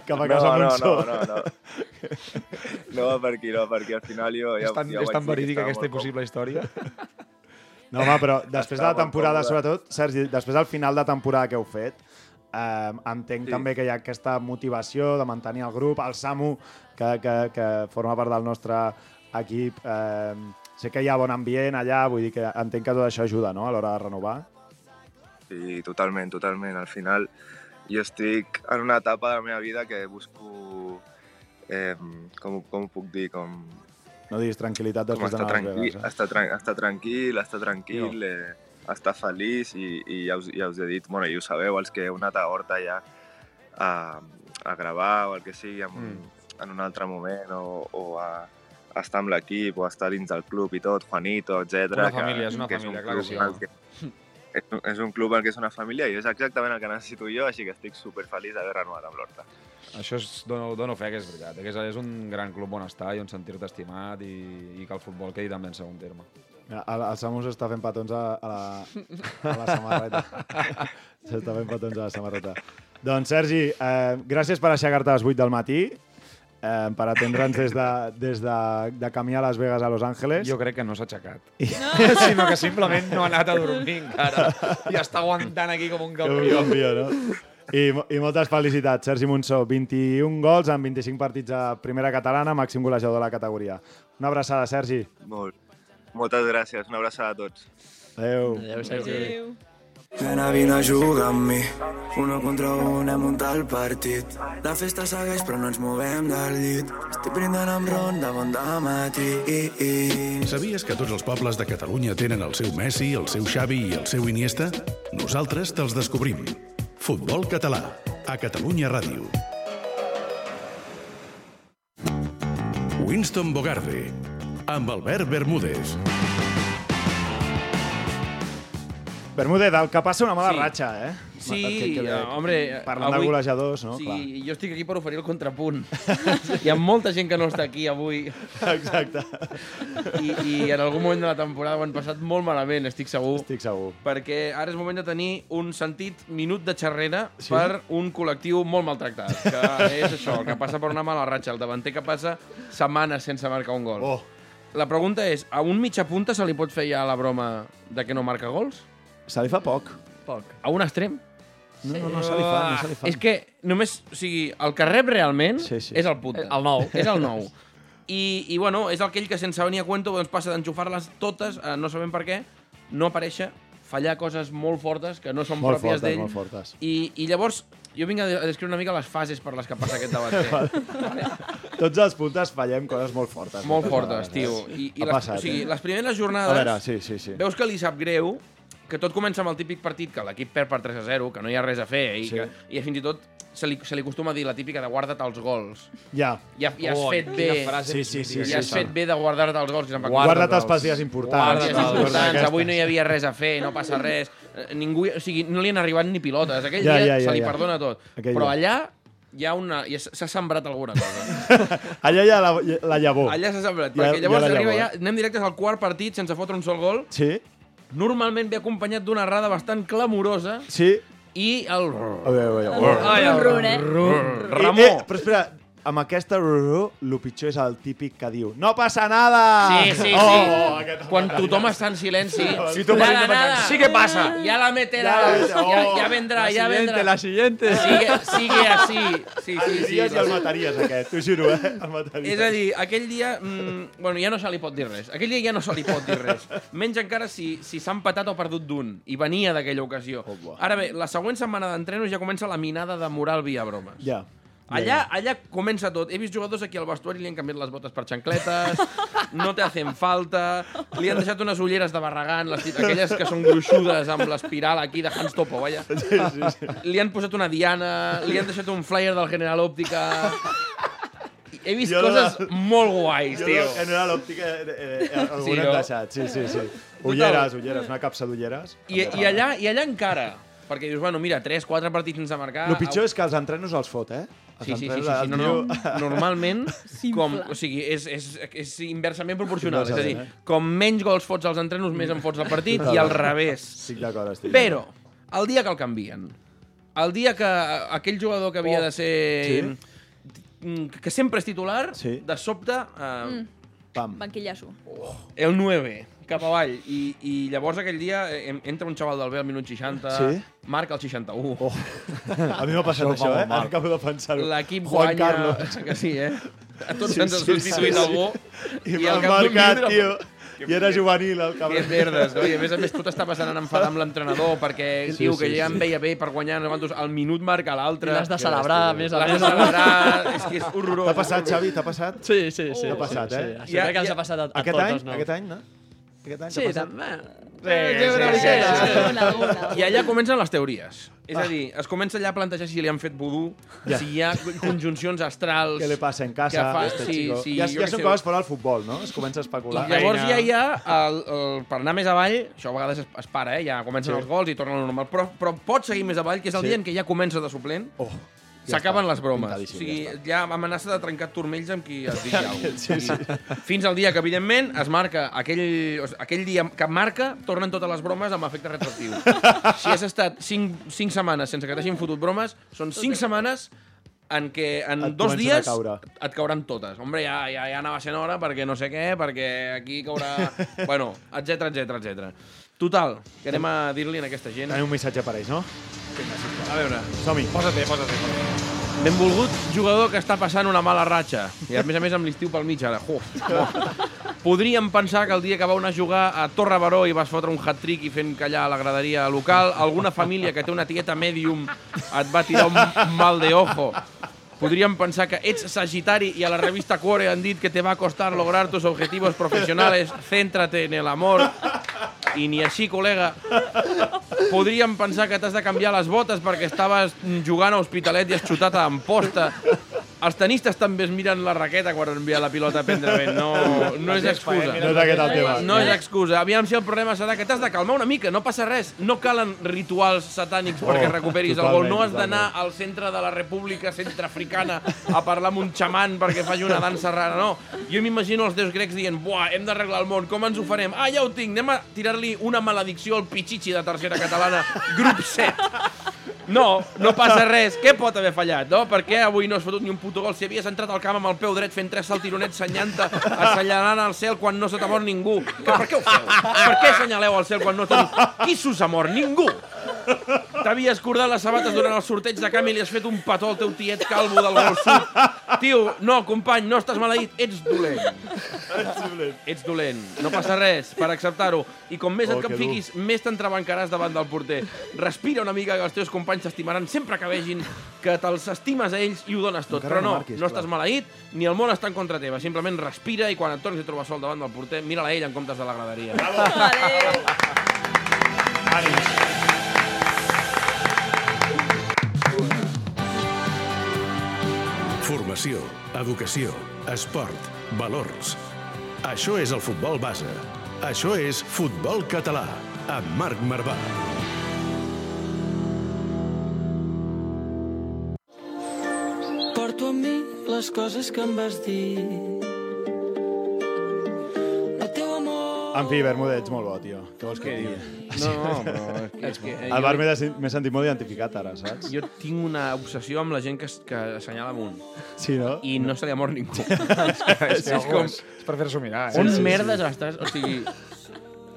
Speaker 6: cap a casa
Speaker 14: no, no,
Speaker 6: Montsó.
Speaker 14: no, no, no. No va per aquí, no va per aquí. Al final jo ja,
Speaker 7: És tan,
Speaker 14: ja
Speaker 7: és
Speaker 14: vaig
Speaker 7: tan
Speaker 14: dir que
Speaker 7: verídica
Speaker 14: estava
Speaker 7: aquesta
Speaker 14: molt
Speaker 7: impossible
Speaker 14: [laughs]
Speaker 7: història.
Speaker 6: No, home, però després de la
Speaker 14: Estava molt
Speaker 6: temporada,
Speaker 14: còmode.
Speaker 6: sobretot, Sergi, després del final de temporada que heu fet, eh, entenc
Speaker 14: Sí.
Speaker 6: sí. també que hi ha aquesta motivació de mantenir el grup, el Samu, que, que, que forma part del nostre equip, eh, sé que hi ha bon ambient allà, vull dir que entenc que tot això ajuda, no?, a l'hora de renovar.
Speaker 14: Sí, totalment, totalment. Al final jo estic en una etapa de la meva vida que busco... Eh, com, com ho puc dir? Com,
Speaker 6: No diguis tranquil·litat
Speaker 14: com
Speaker 6: després
Speaker 14: estar,
Speaker 6: d'anar a Las
Speaker 14: tranquil,
Speaker 6: Vegas. Eh?
Speaker 14: estar, tran estar tranquil, estar tranquil, eh, estar feliç i, i ja, us, ja us he dit, bueno, i ho sabeu, els que heu anat a Horta ja a, a gravar o el que sigui en, mm. en un altre moment o, o a, a estar amb l'equip o a estar dins del club i tot, Juanito, etc.
Speaker 7: Una família, és una família, clar que sí, home.
Speaker 14: És, un- és un club en el que és una família i és exactament el que necessito jo, així que estic superfeliç d'haver renovat amb l'Horta.
Speaker 7: Això és, dono, dono fe que és veritat, eh, que és, és un gran club on estar i on sentir-te estimat i, i que el futbol quedi també en segon
Speaker 6: [laughs]
Speaker 7: terme.
Speaker 6: Mira, El, el Samu s'està fent petons a, a, la, a la
Speaker 7: [laughs]
Speaker 6: samarreta. s'està fent petons a la samarreta. Doncs, Sergi, eh, gràcies per aixecar-te a les 8 del matí, eh, per atendre'ns des, de, des de, de camí a Las Vegas a Los Angeles.
Speaker 7: Jo crec que no s'ha aixecat.
Speaker 6: [laughs]
Speaker 7: sinó que [laughs] simplement no ha anat a dormir encara i està aguantant aquí com un
Speaker 6: Que
Speaker 7: campió.
Speaker 6: campió, no? I, mo- I moltes felicitats, Sergi Monsó. 21 gols en 25 partits a primera catalana, màxim golejador de la categoria. Una abraçada, Sergi.
Speaker 14: Molt. Moltes gràcies, una abraçada a tots.
Speaker 6: Adéu.
Speaker 9: Adéu, Sergi. Adéu.
Speaker 15: Nena, vine a jugar amb mi. Uno contra un hem muntat el partit. La festa segueix però no ens movem del llit. Estic brindant amb ron de bon dematí. I, i.
Speaker 5: Sabies que tots els pobles de Catalunya tenen el seu Messi, el seu Xavi i el seu Iniesta? Nosaltres te'ls descobrim. Futbol català, a Catalunya Ràdio. Winston Bogarde, amb Albert Bermúdez.
Speaker 6: Bermúdez, del que passa una mala
Speaker 10: Sí.
Speaker 6: ratxa, eh?
Speaker 10: Sí, eh,
Speaker 6: Que- que-
Speaker 10: hombre,
Speaker 6: Parlant
Speaker 10: avui-
Speaker 6: de golejadors, no?
Speaker 10: Sí,
Speaker 6: Clar.
Speaker 10: jo estic aquí per oferir
Speaker 6: [laughs]
Speaker 10: el contrapunt. Hi ha molta gent que no està aquí avui.
Speaker 6: Exacte.
Speaker 10: I, I en algun moment de la temporada ho han passat molt malament, estic segur.
Speaker 6: Estic segur.
Speaker 10: Perquè ara és moment de tenir un sentit minut de xerrera
Speaker 7: Sí?
Speaker 10: sí? per un col·lectiu molt maltractat, que és això, el que passa per una mala ratxa, el davanter que passa setmanes sense marcar un gol.
Speaker 6: Oh.
Speaker 10: La pregunta és, a un mitja punta se li pot fer ja la broma de que no marca gols?
Speaker 6: Se li fa poc.
Speaker 9: Poc.
Speaker 10: A un extrem?
Speaker 6: No, no, no se li fa, no se li fa.
Speaker 10: És que només, o sigui, el que rep realment
Speaker 6: Sí, sí.
Speaker 10: és el punta.
Speaker 6: El nou.
Speaker 10: És el nou. I, I, bueno, és aquell que sense venir a cuento doncs passa d'enxufar-les totes, eh, no sabem per què, no aparèixer, fallar coses molt fortes que no són
Speaker 6: Molt
Speaker 10: pròpies
Speaker 6: fortes,
Speaker 10: d'ell.
Speaker 6: molt fortes.
Speaker 10: I, I llavors, jo vinc a de- a descriure una mica les fases per les que passa
Speaker 6: [laughs]
Speaker 10: aquest debat. eh.
Speaker 6: Tots els puntes fallem coses molt fortes.
Speaker 10: molt
Speaker 6: moltes vegades.
Speaker 10: fortes, tio. I, i
Speaker 6: eh? ha
Speaker 10: les,
Speaker 6: passat,
Speaker 10: o sigui,
Speaker 6: eh?
Speaker 10: les primeres jornades...
Speaker 6: A veure, sí, sí, sí.
Speaker 10: Veus que li sap greu que tot comença amb el típic partit que l'equip perd per 3 a 0, que no hi ha res a fer, i,
Speaker 6: Sí.
Speaker 10: que, i fins i tot se li, se li acostuma a dir la típica de guarda't els gols.
Speaker 6: Ja.
Speaker 10: Ja, ja has
Speaker 6: Oh,
Speaker 10: fet
Speaker 6: quina
Speaker 10: bé.
Speaker 6: frase Sí, sí, sí,
Speaker 10: Ja
Speaker 6: sí,
Speaker 10: has
Speaker 6: sí.
Speaker 10: fet bé de guardar-te els gols. que se'n va-
Speaker 6: Guarda't Guarda't els pels dies importants.
Speaker 10: Guarda't els
Speaker 6: Guarda't
Speaker 10: dies importants.
Speaker 6: aquestes.
Speaker 10: Avui no hi havia res a fer, no passa res. Eh, Ningú, o sigui, no li han arribat ni pilotes. Aquell
Speaker 6: Ja,
Speaker 10: dia
Speaker 6: ja, ja,
Speaker 10: se li
Speaker 6: ja.
Speaker 10: perdona tot.
Speaker 6: Aquell dia.
Speaker 10: Però allà hi ha una... ja s- S'ha sembrat alguna cosa.
Speaker 6: Allà hi ha la, la llavor.
Speaker 10: Allà s'ha sembrat.
Speaker 6: Hi ha-
Speaker 10: Perquè
Speaker 6: hi ha
Speaker 10: llavors
Speaker 6: la
Speaker 10: arriba ja...
Speaker 6: llavor.
Speaker 10: Anem directes al quart partit sense fotre un sol gol.
Speaker 6: Sí,
Speaker 10: Normalment ve acompanyat d'una errada bastant clamorosa
Speaker 6: sí.
Speaker 10: i el...
Speaker 6: A veure, a veure.
Speaker 10: Ai, el
Speaker 8: Rur, eh?
Speaker 10: rur.
Speaker 6: Ramó. Eh, però espera, amb aquesta rurú, el pitjor és el típic que diu no passa nada!
Speaker 10: Sí, sí, sí.
Speaker 6: Ah. Oh,
Speaker 10: Quan tothom està en silenci,
Speaker 6: Si
Speaker 10: la
Speaker 6: tu parles de
Speaker 10: ganada,
Speaker 6: vacances, sí que pasa.
Speaker 10: Ja la meterà,
Speaker 6: Ja la
Speaker 10: ja,
Speaker 6: meterà.
Speaker 10: ja,
Speaker 6: Oh,
Speaker 10: vendrà,
Speaker 9: la
Speaker 10: ja
Speaker 9: siguiente,
Speaker 10: vendrà.
Speaker 9: la siguiente.
Speaker 10: Sigue, sigue així. Sí, sí, sí,
Speaker 6: Diries i el mataries, aquest, t'ho juro, eh? El mataries.
Speaker 10: És a dir, aquell dia... Mm, bueno, ja no se li pot dir res. Aquell dia ja no se li pot dir res. Menys encara si si s'ha empatat o perdut d'un. I venia d'aquella ocasió. Ara bé, la següent setmana d'entrenos ja comença la minada de moral via broma.
Speaker 6: Ja.
Speaker 10: Allà, allà comença tot. He vist jugadors aquí al vestuari, li han canviat les botes per
Speaker 6: [laughs]
Speaker 10: xancletes, no te hacen falta, li han deixat unes ulleres de barragant, les, aquelles que són gruixudes amb l'espiral aquí de Hans Topo, vaja. Li han posat una diana, li han deixat un flyer del General Òptica... he vist
Speaker 6: Jo de la-
Speaker 10: coses molt guais,
Speaker 6: jo de-
Speaker 10: tio.
Speaker 6: en una òptica, eh, Algun sí, hem
Speaker 10: no?
Speaker 6: deixat, sí, sí, sí.
Speaker 10: Total.
Speaker 6: Ulleres, ulleres, una capsa d'ulleres.
Speaker 10: I, i, allà, I allà encara, perquè dius, bueno, mira, 3-4 partits sense marcar...
Speaker 6: El pitjor és que els entrenos els fot, eh? Els
Speaker 10: Ah, Sí, sí, sí, sí,
Speaker 6: entrenos
Speaker 10: sí.
Speaker 6: el
Speaker 10: No, no.
Speaker 6: tio-
Speaker 10: [laughs] Normalment, com, o sigui, és, és, és inversament proporcional. És a dir,
Speaker 6: Inversament,
Speaker 10: com menys gols fots als entrenos, més en fots al partit, i al revés.
Speaker 6: Estic d'acord, estic
Speaker 10: Però, el dia que el canvien, el dia que aquell jugador que havia de ser... mm, que sempre és titular,
Speaker 6: Sí.
Speaker 10: de sobte, eh,
Speaker 8: Mm.
Speaker 6: Pam.
Speaker 8: Banquillasso. Oh.
Speaker 10: el 9, cap avall. I, i llavors aquell dia eh, em- entra un xaval del B al minut 60,
Speaker 6: Sí?
Speaker 10: marca el 61. [laughs]
Speaker 6: Oh. A mi m'ha passat això, eh? Ara acabo de pensar-ho.
Speaker 10: L'equip
Speaker 6: Juan
Speaker 10: guanya...
Speaker 6: Carlos.
Speaker 10: [laughs] Que sí, eh? A tots sí, ens ha substituït sí, algú.
Speaker 6: I, I
Speaker 10: al
Speaker 6: m'ha
Speaker 10: cap d'un
Speaker 6: marcat,
Speaker 10: minut
Speaker 6: tio.
Speaker 10: era-
Speaker 6: I era juvenil, el
Speaker 10: Que
Speaker 6: cabrón.
Speaker 10: merdes, no? I a més a més tu t'està passant a enfadar amb l'entrenador perquè
Speaker 6: Sí,
Speaker 10: sí, diu
Speaker 6: sí,
Speaker 10: que ja
Speaker 6: sí.
Speaker 10: em veia bé per guanyar, no sé quantos, al minut marca l'altre.
Speaker 9: I l'has de celebrar, a més a més.
Speaker 10: L'has de celebrar, és que és horrorós. eh?
Speaker 6: T'ha passat, Xavi? T'ha passat?
Speaker 9: Sí, sí, sí.
Speaker 6: T'ha passat,
Speaker 9: sí,
Speaker 6: eh?
Speaker 9: sí. Això crec que ens ha passat a, a
Speaker 6: aquest
Speaker 9: totes,
Speaker 6: any,
Speaker 9: no?
Speaker 6: Aquest any, no? Aquest any
Speaker 9: Sí,
Speaker 6: t'ha passat?
Speaker 9: també.
Speaker 6: Eh,
Speaker 10: I allà comencen les teories. És a dir, es comença allà a plantejar si li han fet vudú,
Speaker 6: Ah. Ja.
Speaker 10: si hi ha conjuncions astrals...
Speaker 6: Què li passa en
Speaker 10: que
Speaker 6: casa?
Speaker 10: fa-
Speaker 6: este
Speaker 10: sí,
Speaker 6: chico?
Speaker 10: sí,
Speaker 6: ja
Speaker 10: jo
Speaker 6: ja
Speaker 10: què
Speaker 6: són
Speaker 10: sé.
Speaker 6: coses fora del futbol, no? Es comença a especular.
Speaker 10: I llavors ja hi ha, el, el, per anar més avall, això a vegades es, es para, eh? ja comencen
Speaker 6: Sí.
Speaker 10: sí. els gols i torna a lo normal, però, però pot seguir més avall, que és el
Speaker 6: Sí.
Speaker 10: sí. dia en què ja comença de suplent,
Speaker 6: oh,
Speaker 10: s'acaben les bromes. O
Speaker 6: Pintadíssim,
Speaker 10: sigui, ja, amenaça de trencar turmells amb qui
Speaker 6: [laughs]
Speaker 10: es digui alguna cosa.
Speaker 6: Sí, sí.
Speaker 10: Fins al dia que, evidentment, es marca aquell, o sigui, aquell dia que marca, tornen totes les bromes amb efecte
Speaker 6: [laughs]
Speaker 10: retroactiu. si has estat 5, 5 setmanes sense que t'hagin fotut bromes, són 5 setmanes en què en
Speaker 6: Et
Speaker 10: dos
Speaker 6: comencen a
Speaker 10: dies
Speaker 6: caure.
Speaker 10: et cauran totes. Hombre, ja, ja, ja anava sent hora perquè no sé què, perquè aquí caurà...
Speaker 6: [laughs]
Speaker 10: bueno, etc etc etc. Total, que anem a dir-li a aquesta gent...
Speaker 6: Tenim un missatge per ells, no?
Speaker 10: A veure,
Speaker 6: Som-hi.
Speaker 10: Posa-te, posa-te. Benvolgut jugador que està passant una mala ratxa. I a més a més amb l'estiu pel mig ara. Uf, Podríem pensar que el dia que vau anar a jugar a Torre Baró i vas fotre un hat-trick i fent callar a la graderia local, alguna família que té una tieta medium et va tirar un mal de ojo. Podríem pensar que ets sagitari i a la revista Cuore han dit que te va costar lograr tus objetivos profesionales, céntrate en el amor. I ni així, col·lega. Podríem pensar que t'has de canviar les botes perquè estaves jugant a Hospitalet i has xutat a Amposta. Els tenistes també es miren la raqueta quan envia la pilota a prendre vent. No, no és excusa.
Speaker 6: No és aquest el tema.
Speaker 10: No és excusa. Aviam si el problema serà que t'has de calmar una mica. No passa res. No calen rituals satànics
Speaker 6: Oh,
Speaker 10: perquè recuperis el gol.
Speaker 6: totalment,
Speaker 10: No has d'anar al centre de la República Centreafricana a parlar amb un xaman perquè faci una dansa rara. No. Jo m'imagino els déus grecs dient «Buah, hem d'arreglar el món. Com ens ho farem? Ah, ja ho tinc. Anem a tirar-li una maledicció al Pichichi de tercera catalana. Grup 7. No, no passa res. Què pot haver fallat, no? Per què avui no has fotut ni un puto gol? Si havies entrat al camp amb el peu dret fent tres saltironets senyant-te, assenyalant al cel quan no se t'ha mort ningú. Que per què ho feu? Per què assenyaleu al cel quan no t'ha mort? Qui s'us ha mort? Ningú! T'havies cordat les sabates durant el sorteig de camp i li has fet un petó al teu tiet calvo del gol sud. Tio, no, company, no estàs maleït, ets dolent. Ets dolent. Ets dolent. No passa res per acceptar-ho. I com més
Speaker 6: Oh,
Speaker 10: et
Speaker 6: que
Speaker 10: que
Speaker 6: dur.
Speaker 10: fiquis, vegis, més t'entrebancaràs davant del porter. Respira una mica que els teus companys t'estimaran sempre que vegin que te'ls estimes a ells i ho dones tot.
Speaker 6: Encara
Speaker 10: Però
Speaker 6: no
Speaker 10: no,
Speaker 6: marquis,
Speaker 10: no estàs
Speaker 6: clar.
Speaker 10: maleït ni el món està en contra teva. Simplement respira i quan et tornis a trobar sol davant del porter, mira-la a ell en comptes de la graderia.
Speaker 5: Formació, educació, esport, valors. Això és el futbol base. Això és Futbol Català, amb Marc Marvà.
Speaker 16: Porto amb mi les coses que em vas dir. El teu amor...
Speaker 6: En fi, Bermuda, ets molt bo, tio. Què vols que
Speaker 10: Què
Speaker 6: et
Speaker 10: dius?
Speaker 6: digui?
Speaker 10: No, no, però és que- és que,
Speaker 6: [laughs]
Speaker 10: eh,
Speaker 6: El
Speaker 10: jo-
Speaker 6: bar m'he de- m'he sentit molt identificat ara, saps?
Speaker 10: Jo tinc una obsessió amb la gent que, es- que assenyala amunt.
Speaker 6: Sí, no?
Speaker 10: I no se li ha mort [laughs] ningú.
Speaker 6: És que, ojo, és-
Speaker 7: és per fer-s'ho mirar, eh?
Speaker 10: On
Speaker 7: Sí, sí,
Speaker 10: merdes
Speaker 7: sí.
Speaker 10: estàs? O sigui,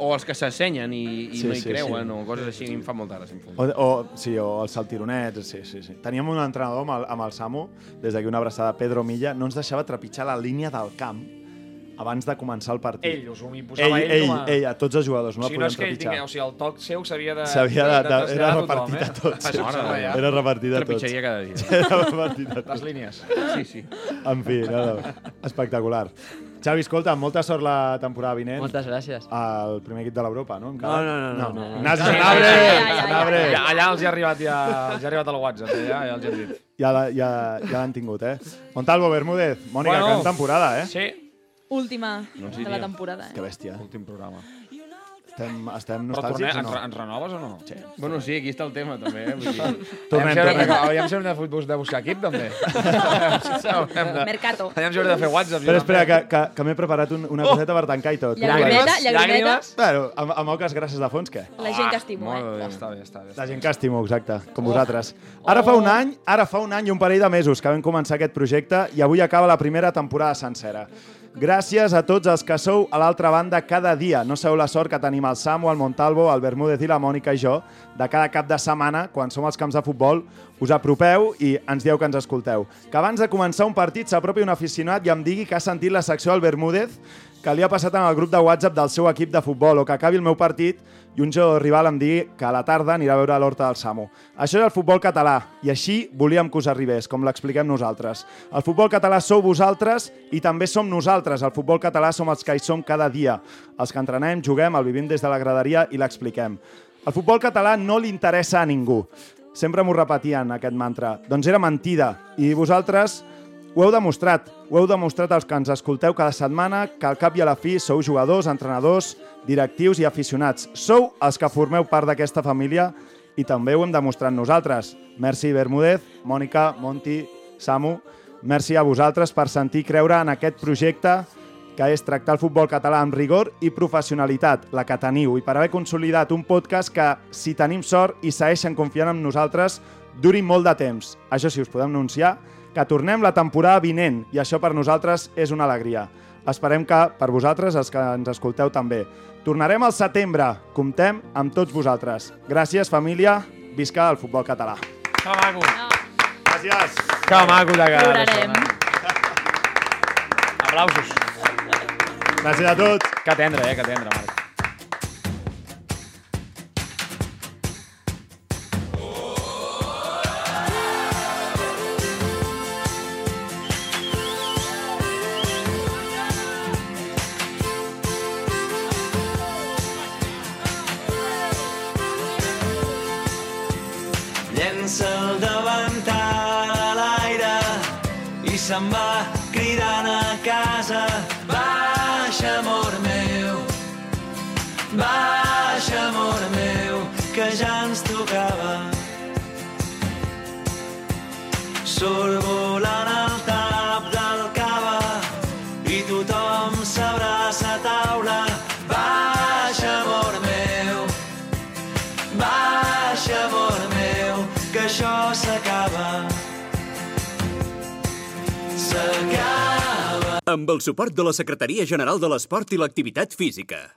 Speaker 10: o els que s'assenyen i, i
Speaker 6: Sí,
Speaker 10: no hi
Speaker 6: sí,
Speaker 10: creuen,
Speaker 6: sí.
Speaker 10: o coses així, a mi em fa molta gràcia. em fa
Speaker 6: O, o, sí, o els saltironets, sí, sí, sí. Teníem un entrenador amb el, amb el Samu, des d'aquí una abraçada, Pedro Milla, no ens deixava trepitjar la línia del camp abans de començar el [laughs] partit.
Speaker 7: Ell, us ho imposava ell,
Speaker 6: ell,
Speaker 7: com a-
Speaker 6: ell, ell, a tots els jugadors, no
Speaker 7: o
Speaker 6: la
Speaker 7: sigui, no
Speaker 6: podíem
Speaker 7: és que ell
Speaker 6: trepitjar.
Speaker 7: tingués, o sigui, el toc seu s'havia de...
Speaker 6: S'havia de, de,
Speaker 7: traslladar
Speaker 6: era
Speaker 7: a tothom,
Speaker 6: repartit a
Speaker 7: eh?
Speaker 6: tots.
Speaker 7: Això em sembla ja.
Speaker 6: Era repartit a tots.
Speaker 10: Trepitjaria cada dia.
Speaker 6: Era repartit a tots.
Speaker 7: Les línies.
Speaker 10: Sí, sí.
Speaker 6: En fi, no, no. espectacular. Xavi, escolta, molta sort la temporada vinent.
Speaker 9: Moltes gràcies.
Speaker 6: Al primer equip de l'Europa, no?
Speaker 9: No, no, no, no, no.
Speaker 6: Nas
Speaker 9: Sí,
Speaker 6: Gnabre!
Speaker 9: sí, sí, sí, sí,
Speaker 6: Gnabre!
Speaker 7: Ja, allà els hi ha arribat, ja, els hi ha arribat el WhatsApp, eh, ja, ja els hi he dit.
Speaker 6: Ja la- ja ja l'han tingut, eh? Montalvo, Bermúdez, Mònica,
Speaker 7: Bueno,
Speaker 6: gran temporada, eh?
Speaker 7: Sí.
Speaker 8: Última
Speaker 7: Oh.
Speaker 6: No
Speaker 7: Doncs
Speaker 6: ens
Speaker 8: de la
Speaker 6: diria.
Speaker 8: temporada.
Speaker 6: Que
Speaker 8: Eh?
Speaker 6: bèstia.
Speaker 7: Últim programa.
Speaker 6: Estem, estem
Speaker 7: Però tornem,
Speaker 6: nostàlgics o
Speaker 7: ens,
Speaker 6: no?
Speaker 7: re- ens renoves o no? Sí.
Speaker 10: Bueno, sí, aquí està el tema, també. Eh? Vull dir...
Speaker 7: Tornem,
Speaker 10: Aviam si haurem
Speaker 7: tornem.
Speaker 10: de-
Speaker 7: Aviam si haurem de, fut- de buscar equip,
Speaker 8: [laughs]
Speaker 7: també. Haurem de-
Speaker 8: Mercato.
Speaker 7: Aviam si haurem de fer WhatsApp.
Speaker 6: Espera, espera, que, que, que m'he preparat un,
Speaker 9: Oh!
Speaker 6: una coseta per tancar i tot.
Speaker 8: Llagrimeta, llagrimeta.
Speaker 6: Bueno, amb, amb oques gràcies de fons, què?
Speaker 8: La gent que estimo, eh?
Speaker 7: Ja està bé, està bé.
Speaker 6: La gent que estimo, exacte, com vosaltres. Ara fa un any, ara fa un any i un parell de mesos que vam començar aquest projecte i avui acaba la primera temporada sencera. Gràcies a tots els que sou a l'altra banda cada dia. No sabeu la sort que tenim el Samu, el Montalvo, el Bermúdez i la Mònica i jo de cada cap de setmana, quan som als camps de futbol, us apropeu i ens dieu que ens escolteu. Que abans de començar un partit s'apropi un aficionat i em digui que ha sentit la secció del Bermúdez que li ha passat en el grup de WhatsApp del seu equip de futbol o que acabi el meu partit i un jugador rival em digui que a la tarda anirà a veure l'horta del Samu. Això és el futbol català i així volíem que us arribés, com l'expliquem nosaltres. El futbol català sou vosaltres i també som nosaltres. El futbol català som els que hi som cada dia. Els que entrenem, juguem, el vivim des de la graderia i l'expliquem. El futbol català no li interessa a ningú. Sempre m'ho repetien, aquest mantra. Doncs era mentida. I vosaltres ho heu demostrat, ho heu demostrat els que ens escolteu cada setmana, que al cap i a la fi sou jugadors, entrenadors, directius i aficionats. Sou els que formeu part d'aquesta família i també ho hem demostrat nosaltres. Merci Bermúdez, Mònica, Monti, Samu, merci a vosaltres per sentir i creure en aquest projecte que és tractar el futbol català amb rigor i professionalitat, la que teniu, i per haver consolidat un podcast que, si tenim sort i segueixen confiant en nosaltres, duri molt de temps. Això sí, us podem anunciar que tornem la temporada vinent i això per nosaltres és una alegria. Esperem que per vosaltres, els que ens escolteu també. Tornarem al setembre. Comptem amb tots vosaltres. Gràcies, família. Visca el futbol català.
Speaker 7: Que maco.
Speaker 6: Gràcies.
Speaker 7: Que maco de cara.
Speaker 8: Plorarem.
Speaker 7: Aplausos.
Speaker 6: Gràcies a tots.
Speaker 7: Que tendre, eh? Que tendre, Marc.
Speaker 4: Llença el davantal a l'aire i se'n va cridant a casa. Baixa, amor meu, baixa, amor meu, que ja ens tocava. Surt volant al tap del cava i tothom s'abraça a taula. Baixa, amor meu, Baixa, amor meu, que això s'acaba. S'acaba.
Speaker 3: Amb el suport de la Secretaria General de l'Esport i l'Activitat Física.